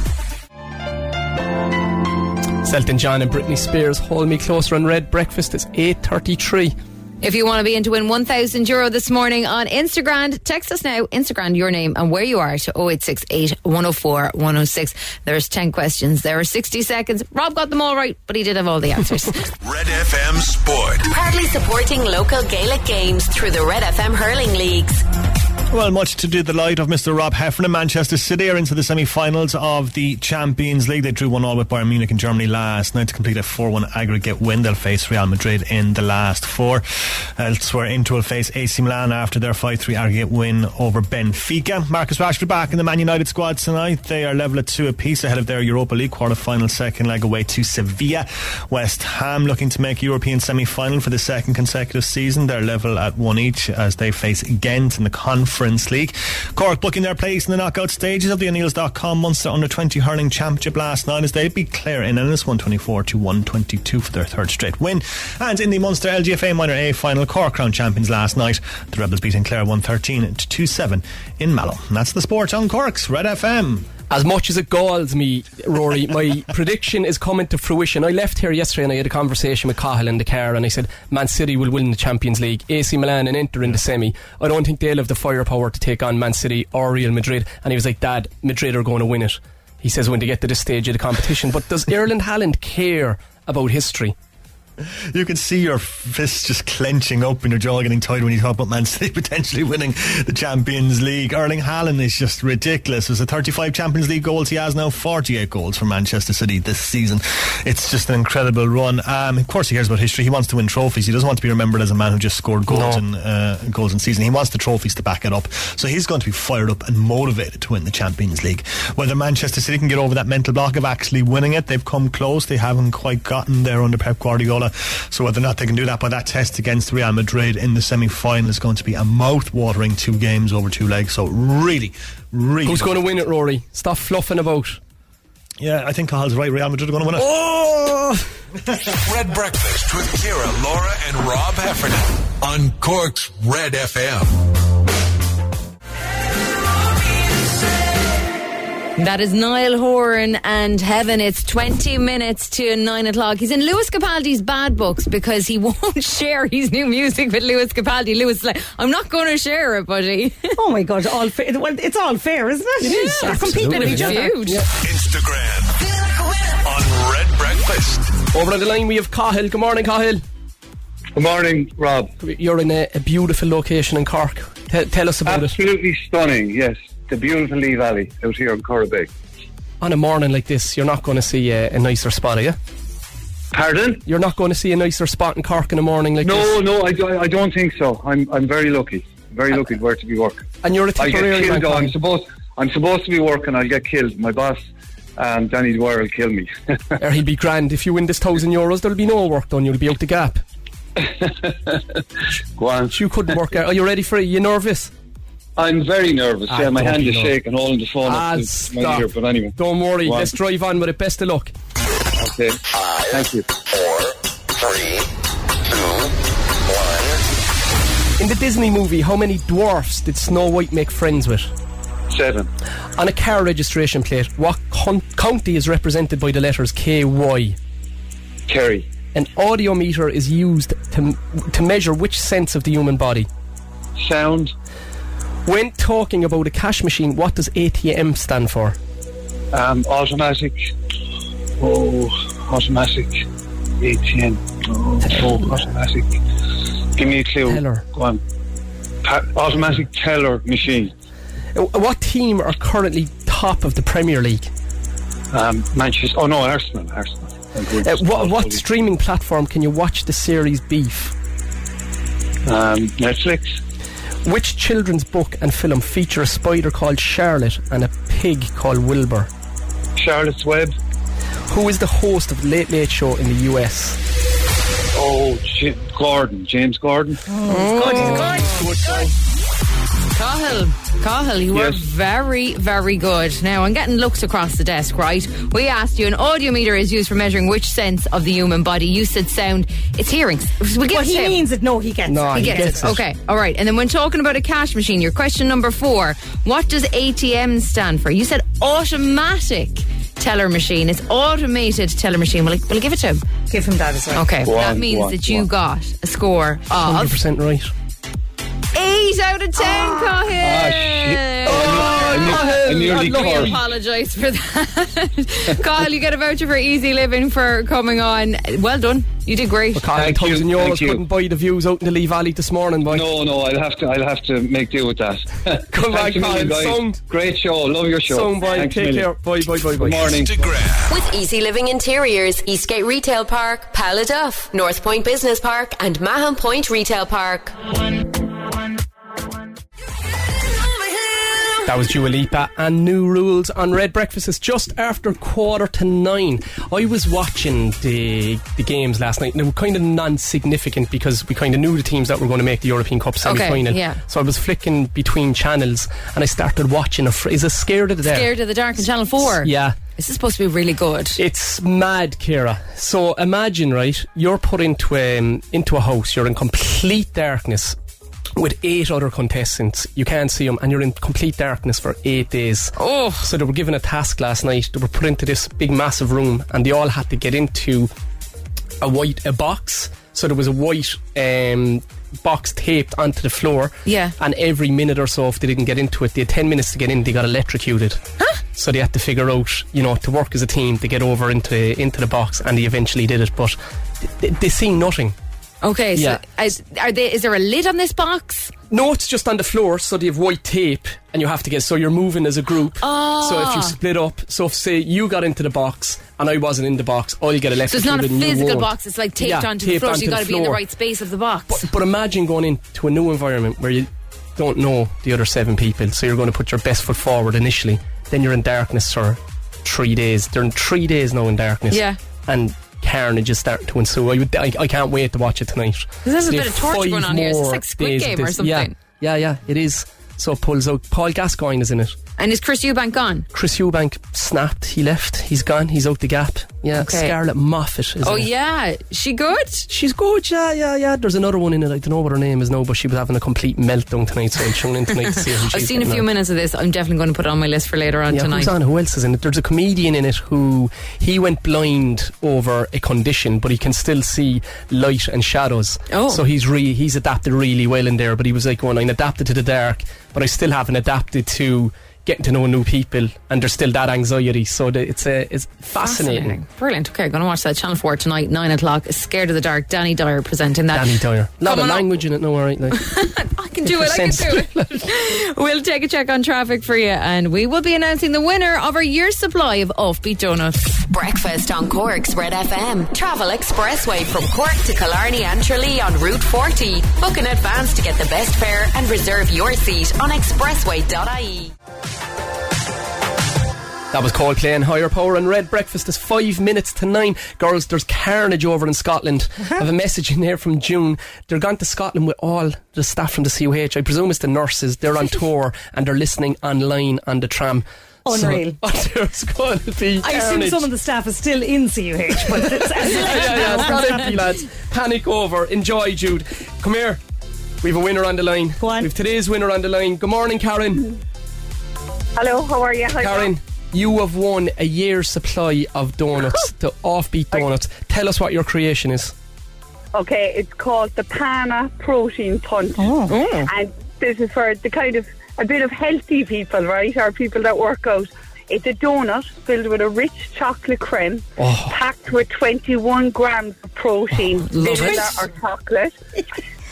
[SPEAKER 2] Selton John and Britney Spears. Hold me closer on Red Breakfast. It's 8.33.
[SPEAKER 3] If you want to be in to win 1,000 euro this morning on Instagram, text us now, Instagram, your name and where you are to 0868 104 106. There's 10 questions. There are 60 seconds. Rob got them all right, but he did have all the answers.
[SPEAKER 5] Red FM Sport.
[SPEAKER 1] Proudly supporting local Gaelic games through the Red FM hurling leagues.
[SPEAKER 10] Well, much to the delight of Mr. Rob Heffernan, Manchester City are into the semi-finals of the Champions League. They drew one all with Bayern Munich in Germany last night to complete a 4-1 aggregate win. They'll face Real Madrid in the last four. Elsewhere, Inter will face AC Milan after their 5-3 aggregate win over Benfica. Marcus Rashford back in the Man United squad tonight. They are level at two apiece ahead of their Europa League quarter-final second leg away to Sevilla. West Ham looking to make European semi-final for the second consecutive season. They're level at one each as they face Ghent in the conference Conference League. Cork booking their place in the knockout stages of the O'Neills.com Munster Under 20 Hurling Championship last night as they beat Clare in Ennis 124 to 122 for their third straight win. And in the Munster LGFA Minor A final, Cork Crown Champions last night, the Rebels beating Clare 113 to 27 in Mallow. And that's the sport on Cork's Red FM.
[SPEAKER 2] As much as it galls me, Rory, my prediction is coming to fruition. I left here yesterday and I had a conversation with Cahill in the car and I said, Man City will win the Champions League, AC Milan and Inter in the semi. I don't think they'll have the firepower to take on Man City or Real Madrid. And he was like, Dad, Madrid are going to win it. He says when they get to this stage of the competition. But does Erland Haaland care about history?
[SPEAKER 10] You can see your fists just clenching up and your jaw getting tight when you talk about Man City potentially winning the Champions League. Erling Haaland is just ridiculous. There's a 35 Champions League goals. He has now 48 goals for Manchester City this season. It's just an incredible run. Um, of course, he cares about history. He wants to win trophies. He doesn't want to be remembered as a man who just scored goals
[SPEAKER 2] No.
[SPEAKER 10] in uh, goals in season. He wants the trophies to back it up. So he's going to be fired up and motivated to win the Champions League. Whether Manchester City can get over that mental block of actually winning it, they've come close. They haven't quite gotten there under Pep Guardiola. So whether or not they can do that, but that test against Real Madrid in the semi-final is going to be a mouth-watering two games over two legs. So really, really,
[SPEAKER 2] Who's going to win it, Rory? Stop fluffing about.
[SPEAKER 10] Yeah, I think Kyle's right. Real Madrid are going to win it.
[SPEAKER 2] Oh!
[SPEAKER 5] Red Breakfast with Kira, Laura, and Rob Heffernan on Cork's Red FM.
[SPEAKER 3] That is Niall Horan and Heaven. It's 20 minutes to 9 o'clock. He's in Lewis Capaldi's bad books because he won't share his new music with Lewis Capaldi. Lewis is like, I'm not going to share it, buddy.
[SPEAKER 4] Oh my God, all fair. Well, it's all fair, isn't it?
[SPEAKER 3] It is,
[SPEAKER 4] They're competing with each other.
[SPEAKER 3] Huge.
[SPEAKER 5] Instagram on Red Breakfast.
[SPEAKER 2] Over on the line, we have Cahill. Good morning, Cahill.
[SPEAKER 13] Good morning, Rob.
[SPEAKER 2] You're in a, a beautiful location in Cork. Te- tell us about it.
[SPEAKER 13] Absolutely stunning, yes. The beautiful Lee Valley out here in Corribeg.
[SPEAKER 2] On a morning like this, you're not going to see a, a nicer spot, are you?
[SPEAKER 13] Pardon?
[SPEAKER 2] You're not going to see a nicer spot in Cork in a morning like this.
[SPEAKER 13] No, no, I, I- I don't think so. I'm, I'm very lucky. Very lucky where to be working.
[SPEAKER 2] And you're a
[SPEAKER 13] I
[SPEAKER 2] Tipperary
[SPEAKER 13] get
[SPEAKER 2] man,
[SPEAKER 13] killed. though. I'm
[SPEAKER 2] Conor.
[SPEAKER 13] supposed, I'm supposed to be working. I'll get killed. My boss, um, Danny Dwyer, will kill me.
[SPEAKER 2] Or he'd Er, be grand. If you win this thousand euros, there'll be no work done. You'll be out the gap.
[SPEAKER 13] Go on.
[SPEAKER 2] You couldn't work out. Are you ready for it? You nervous?
[SPEAKER 13] I'm very nervous.
[SPEAKER 2] Ah,
[SPEAKER 13] yeah, my
[SPEAKER 2] don't
[SPEAKER 13] hand
[SPEAKER 2] be
[SPEAKER 13] is
[SPEAKER 2] nervous.
[SPEAKER 13] shaking, holding the phone
[SPEAKER 2] Ah,
[SPEAKER 13] up to
[SPEAKER 2] stop.
[SPEAKER 13] here, but anyway.
[SPEAKER 2] Don't worry.
[SPEAKER 13] Go on.
[SPEAKER 2] Let's drive on with it. Best of luck.
[SPEAKER 13] Okay. Thank you.
[SPEAKER 2] In the Disney movie, how many dwarfs did Snow White make friends with?
[SPEAKER 13] Seven.
[SPEAKER 2] On a car registration plate, what con- county is represented by the letters KY?
[SPEAKER 13] Kerry.
[SPEAKER 2] An audiometer is used to, to measure which sense of the human body?
[SPEAKER 13] Sound.
[SPEAKER 2] When talking about a cash machine, what does ATM stand for?
[SPEAKER 13] Um, automatic. Oh, automatic. ATM. Oh, oh, automatic. Give me a clue.
[SPEAKER 2] Teller.
[SPEAKER 13] Go on. Pa- automatic teller machine.
[SPEAKER 2] Uh, What team are currently top of the Premier League?
[SPEAKER 13] Um, Manchester. Oh no, Arsenal. Arsenal.
[SPEAKER 2] Uh, what, what streaming platform can you watch the series Beef?
[SPEAKER 13] Um, Netflix.
[SPEAKER 2] Which children's book and film feature a spider called Charlotte and a pig called Wilbur?
[SPEAKER 13] Charlotte's Web.
[SPEAKER 2] Who is the host of the Late Late Show in the US?
[SPEAKER 13] Oh, J- Gordon. James Gordon.
[SPEAKER 2] Ah,
[SPEAKER 3] Cahill, Cahill, you are
[SPEAKER 13] Yes.
[SPEAKER 3] very, very good. Now, I'm getting looks across the desk, right? We asked you an audiometer is used for measuring which sense of the human body. You said sound, it's hearing. So we give
[SPEAKER 4] Well,
[SPEAKER 3] it
[SPEAKER 4] he
[SPEAKER 3] to him.
[SPEAKER 4] means it. No, he gets
[SPEAKER 2] No,
[SPEAKER 4] it.
[SPEAKER 2] he gets it.
[SPEAKER 3] Okay, all right. And then when talking about a cash machine, your question number four what does ATM stand for? You said automatic teller machine. It's automated teller machine. Will I, will I give it to him?
[SPEAKER 4] Give him that as well.
[SPEAKER 3] Okay,
[SPEAKER 2] Go
[SPEAKER 3] that
[SPEAKER 2] on,
[SPEAKER 3] means
[SPEAKER 2] go on,
[SPEAKER 3] that
[SPEAKER 2] go
[SPEAKER 3] you
[SPEAKER 2] on.
[SPEAKER 3] got a score of
[SPEAKER 2] 100% right.
[SPEAKER 3] 8 out of 10,
[SPEAKER 2] Ah,
[SPEAKER 3] Cahill.
[SPEAKER 2] Oh,
[SPEAKER 13] I nearly
[SPEAKER 3] Look, we
[SPEAKER 13] Gordon.
[SPEAKER 3] apologise for that. Kyle, you get a voucher for Easy Living for coming on. Well done. You did great.
[SPEAKER 2] Carl,
[SPEAKER 13] Thank you,
[SPEAKER 2] thousand euros
[SPEAKER 13] thank you.
[SPEAKER 2] couldn't buy the views out in the Lee Valley this morning, boy.
[SPEAKER 13] No, no, I'll have to. I'll have to make do with that.
[SPEAKER 2] Come back,
[SPEAKER 13] Thanks a
[SPEAKER 2] Kyle.
[SPEAKER 13] million, guys.
[SPEAKER 2] Sound.
[SPEAKER 13] Great show. Love your show.
[SPEAKER 2] Sound, boy.
[SPEAKER 13] Thanks a
[SPEAKER 2] Take
[SPEAKER 13] million.
[SPEAKER 2] care. Bye, bye, bye, bye.
[SPEAKER 13] Good morning.
[SPEAKER 1] With Easy Living Interiors, Eastgate Retail Park, Paladuff, North Point Business Park, and Mahon Point Retail Park.
[SPEAKER 2] That was Dua Lipa and New Rules on Red Breakfast. It's just after quarter to nine. I was watching the the games last night, and they were kind of non-significant because we kind of knew the teams that were going to make the European Cup
[SPEAKER 3] Okay,
[SPEAKER 2] semi-final.
[SPEAKER 3] yeah.
[SPEAKER 2] So I was flicking between channels, and I started watching. A fr- is it scared of the dark?
[SPEAKER 3] Scared of the dark in Channel 4.
[SPEAKER 2] Yeah.
[SPEAKER 3] This is supposed to be really good.
[SPEAKER 2] It's mad, Kira. So imagine, right? You're put into um, into a house. You're in complete darkness with eight other contestants. You can't see them, and you're in complete darkness for eight days. Oh! So they were given a task last night. They were put into this big, massive room, and they all had to get into a white a box. So there was a white um, box taped onto the floor.
[SPEAKER 3] Yeah.
[SPEAKER 2] And every minute or so, if they didn't get into it, they had ten minutes to get in. They got electrocuted. Huh? So they had to figure out, you know, to work as a team to get over into into the box, and they eventually did it. But they, they see nothing.
[SPEAKER 3] Okay,
[SPEAKER 2] Yeah.
[SPEAKER 3] so is, are they, is there a lid on this box?
[SPEAKER 2] No, it's just on the floor, so they have white tape, and you have to get. So you're moving as a group.
[SPEAKER 3] Ah.
[SPEAKER 2] So if you split up, so if say you got into the box and I wasn't in the box, I'll get
[SPEAKER 3] So
[SPEAKER 2] electrocuted.
[SPEAKER 3] it's not a
[SPEAKER 2] and you
[SPEAKER 3] physical
[SPEAKER 2] won't.
[SPEAKER 3] box, it's like taped
[SPEAKER 2] Yeah,
[SPEAKER 3] onto the
[SPEAKER 2] taped
[SPEAKER 3] floor, so
[SPEAKER 2] onto
[SPEAKER 3] you've got to be in the
[SPEAKER 2] floor.
[SPEAKER 3] right space of the box.
[SPEAKER 2] But imagine going into a new environment where you don't know the other seven people, so you're going to put your best foot forward initially. Then you're in darkness for three days. They're in three days now in darkness.
[SPEAKER 3] Yeah.
[SPEAKER 2] And carnage is starting to ensue. I, would, I, I can't wait to watch it tonight.
[SPEAKER 3] There's a
[SPEAKER 2] They
[SPEAKER 3] bit
[SPEAKER 2] have
[SPEAKER 3] of torture
[SPEAKER 2] five
[SPEAKER 3] going on here. Is this
[SPEAKER 2] more
[SPEAKER 3] like Squid
[SPEAKER 2] days of
[SPEAKER 3] Game or
[SPEAKER 2] this.
[SPEAKER 3] something?
[SPEAKER 2] Yeah, yeah, yeah, it is. So it pulls out. Paul Gascoigne is in it.
[SPEAKER 3] And is Chris Eubank gone?
[SPEAKER 2] Chris Eubank snapped. He left. He's gone. He's out the gap. Yeah.
[SPEAKER 3] Okay.
[SPEAKER 2] Scarlett Moffat is
[SPEAKER 3] oh,
[SPEAKER 2] in it.
[SPEAKER 3] yeah. She good?
[SPEAKER 2] She's good, yeah, yeah, yeah. There's another one in it. I don't know what her name is now, but she was having a complete meltdown tonight, so I'm tuning in tonight to see how
[SPEAKER 3] I've
[SPEAKER 2] she's
[SPEAKER 3] seen a
[SPEAKER 2] getting
[SPEAKER 3] few
[SPEAKER 2] on.
[SPEAKER 3] minutes of this. I'm definitely going to put it on my list for later on
[SPEAKER 2] Yeah,
[SPEAKER 3] tonight.
[SPEAKER 2] who's on? Who else is in it? There's a comedian in it who he went blind over a condition, but he can still see light and shadows.
[SPEAKER 3] Oh.
[SPEAKER 2] so he's re- he's adapted really well in there. But he was like, "Well, I'm adapted to the dark, but I still haven't adapted to getting to know new people, and there's still that anxiety." So the, it's a it's fascinating.
[SPEAKER 3] Brilliant. Okay, going to watch that Channel 4 tonight, 9 o'clock. Scared of the Dark, Danny Dyer presenting that.
[SPEAKER 2] Danny Dyer, a lot
[SPEAKER 3] Coming
[SPEAKER 2] of
[SPEAKER 3] up.
[SPEAKER 2] language in it, no, all right, like.
[SPEAKER 3] I can do it. I can do it. we'll take a check on traffic for you, and we will be announcing the winner of our year's supply of offbeat donuts.
[SPEAKER 1] Breakfast on Cork's Red FM. Travel expressway from Cork to Killarney and Tralee on Route 40. Book in advance to get the best fare and reserve your seat on expressway.ie.
[SPEAKER 2] That was Coldplay and Higher Power and Red Breakfast is five minutes to nine. Girls, there's carnage over in Scotland.
[SPEAKER 4] Uh-huh.
[SPEAKER 2] I have a message in there from June. They're gone to Scotland with all the staff from the COH. I presume it's the nurses. They're on tour and they're listening online on the tram. So-
[SPEAKER 4] Unreal.
[SPEAKER 2] there's going to be
[SPEAKER 4] I assume
[SPEAKER 2] carnage.
[SPEAKER 4] some of the staff is still in CUH, but it's
[SPEAKER 2] yeah, yeah, yeah. it's empty, lads. Panic over. Enjoy, Jude. Come here. We have a winner on the line. Go on. We have today's winner on the line. Good morning, Karen.
[SPEAKER 15] Hello, how are you? Hi,
[SPEAKER 2] Karen, you have won a year's supply of donuts, the offbeat donuts. Tell us what your creation is.
[SPEAKER 15] Okay, it's called the Pana Protein Punch.
[SPEAKER 16] Mm.
[SPEAKER 15] And this is for the kind of a bit of healthy people, right? Or people that work out. It's a donut filled with a rich chocolate creme,
[SPEAKER 16] Oh.
[SPEAKER 15] packed with 21 grams of protein,
[SPEAKER 16] love
[SPEAKER 15] vinegar
[SPEAKER 16] it.
[SPEAKER 15] or chocolate,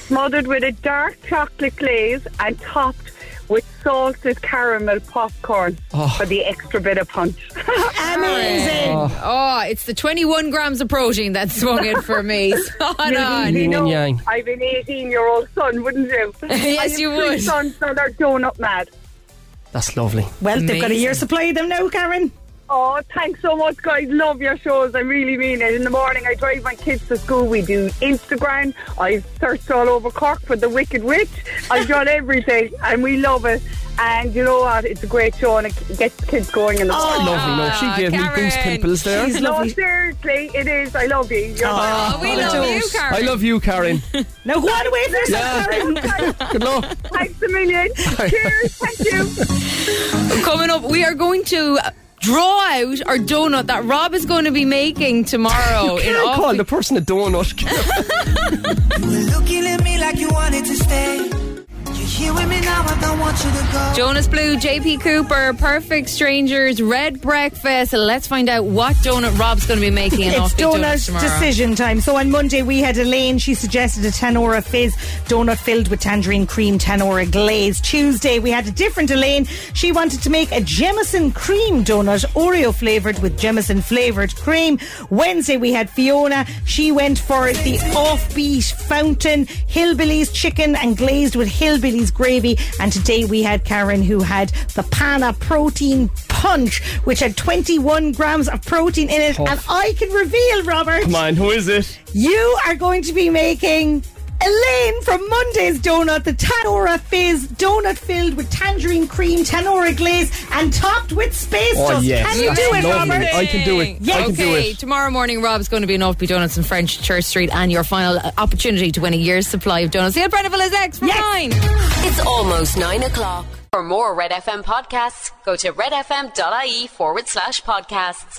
[SPEAKER 15] smothered with a dark chocolate glaze and topped with salted caramel popcorn
[SPEAKER 16] Oh.
[SPEAKER 15] for the extra bit of punch.
[SPEAKER 3] Amazing! Oh. it's the 21 grams of protein that's swung in for me. Spot
[SPEAKER 15] You-
[SPEAKER 3] on.
[SPEAKER 15] you know, I've an 18 year old son, wouldn't you?
[SPEAKER 3] Yes,
[SPEAKER 15] I
[SPEAKER 3] you
[SPEAKER 15] have three
[SPEAKER 3] would.
[SPEAKER 15] sons that are donut mad.
[SPEAKER 2] That's lovely.
[SPEAKER 4] Well, they've got a year's supply of them now, Karen.
[SPEAKER 15] Oh, thanks so much, guys. Love your shows. I really mean it. In the morning, I drive my kids to school. We do Instagram. I've searched all over Cork for the Wicked Witch. I've done everything, and we love it. And you know what? It's a great show, and it gets the kids going in
[SPEAKER 3] Oh,
[SPEAKER 15] the morning.
[SPEAKER 2] lovely. No, she gave me goose pimples there.
[SPEAKER 15] No, seriously, it is. I love you. You're
[SPEAKER 2] Oh,
[SPEAKER 15] my-
[SPEAKER 2] I love you, Karen.
[SPEAKER 4] Now go on away from yourself, Karen.
[SPEAKER 2] Good luck.
[SPEAKER 15] Thanks a million. Cheers. Thank you.
[SPEAKER 3] Coming up, we are going to draw out our donut that Rob is going to be making tomorrow.
[SPEAKER 2] you can't call the person a donut.
[SPEAKER 16] Looking at me like you wanted to stay. You're here with me now, I don't want you to go.
[SPEAKER 3] Jonas Blue, JP Cooper, Perfect Strangers, Red Breakfast. Let's find out what donut Rob's going to be making. an
[SPEAKER 4] It's
[SPEAKER 3] offbeat donut
[SPEAKER 4] donut
[SPEAKER 3] tomorrow.
[SPEAKER 4] decision time. So on Monday we had Elaine. She suggested a Tanora fizz donut filled with tangerine cream Tanora glaze. Tuesday we had a different Elaine. She wanted to make a Jemison cream donut, Oreo flavored with Jemison flavored cream. Wednesday we had Fiona. She went for the offbeat fountain hillbillies chicken and glazed with hillbilly Kelly's gravy. And today we had Karen who had the Pana protein punch, which had 21 grams of protein in it.
[SPEAKER 2] Tough.
[SPEAKER 4] And I can reveal, Robert,
[SPEAKER 2] Come on, who is it?
[SPEAKER 4] you are going to be making Elaine from Monday's Donut, the Tanora Fizz donut filled with tangerine cream, Tanora glaze, and topped with space
[SPEAKER 2] Oh,
[SPEAKER 4] dust.
[SPEAKER 2] yes,
[SPEAKER 4] Can you
[SPEAKER 2] that's
[SPEAKER 4] do it,
[SPEAKER 2] lovely.
[SPEAKER 4] Robert?
[SPEAKER 2] I can do it.
[SPEAKER 4] Yes.
[SPEAKER 2] I can do
[SPEAKER 3] okay,
[SPEAKER 2] it.
[SPEAKER 3] tomorrow morning, Rob's going to be in Oldby Donuts in French Church Street, and your final uh, opportunity to win a year's supply of donuts. The Brennaville is X from nine.
[SPEAKER 1] It's almost nine o'clock. For more Red FM podcasts, go to redfm.ie forward E slash podcasts.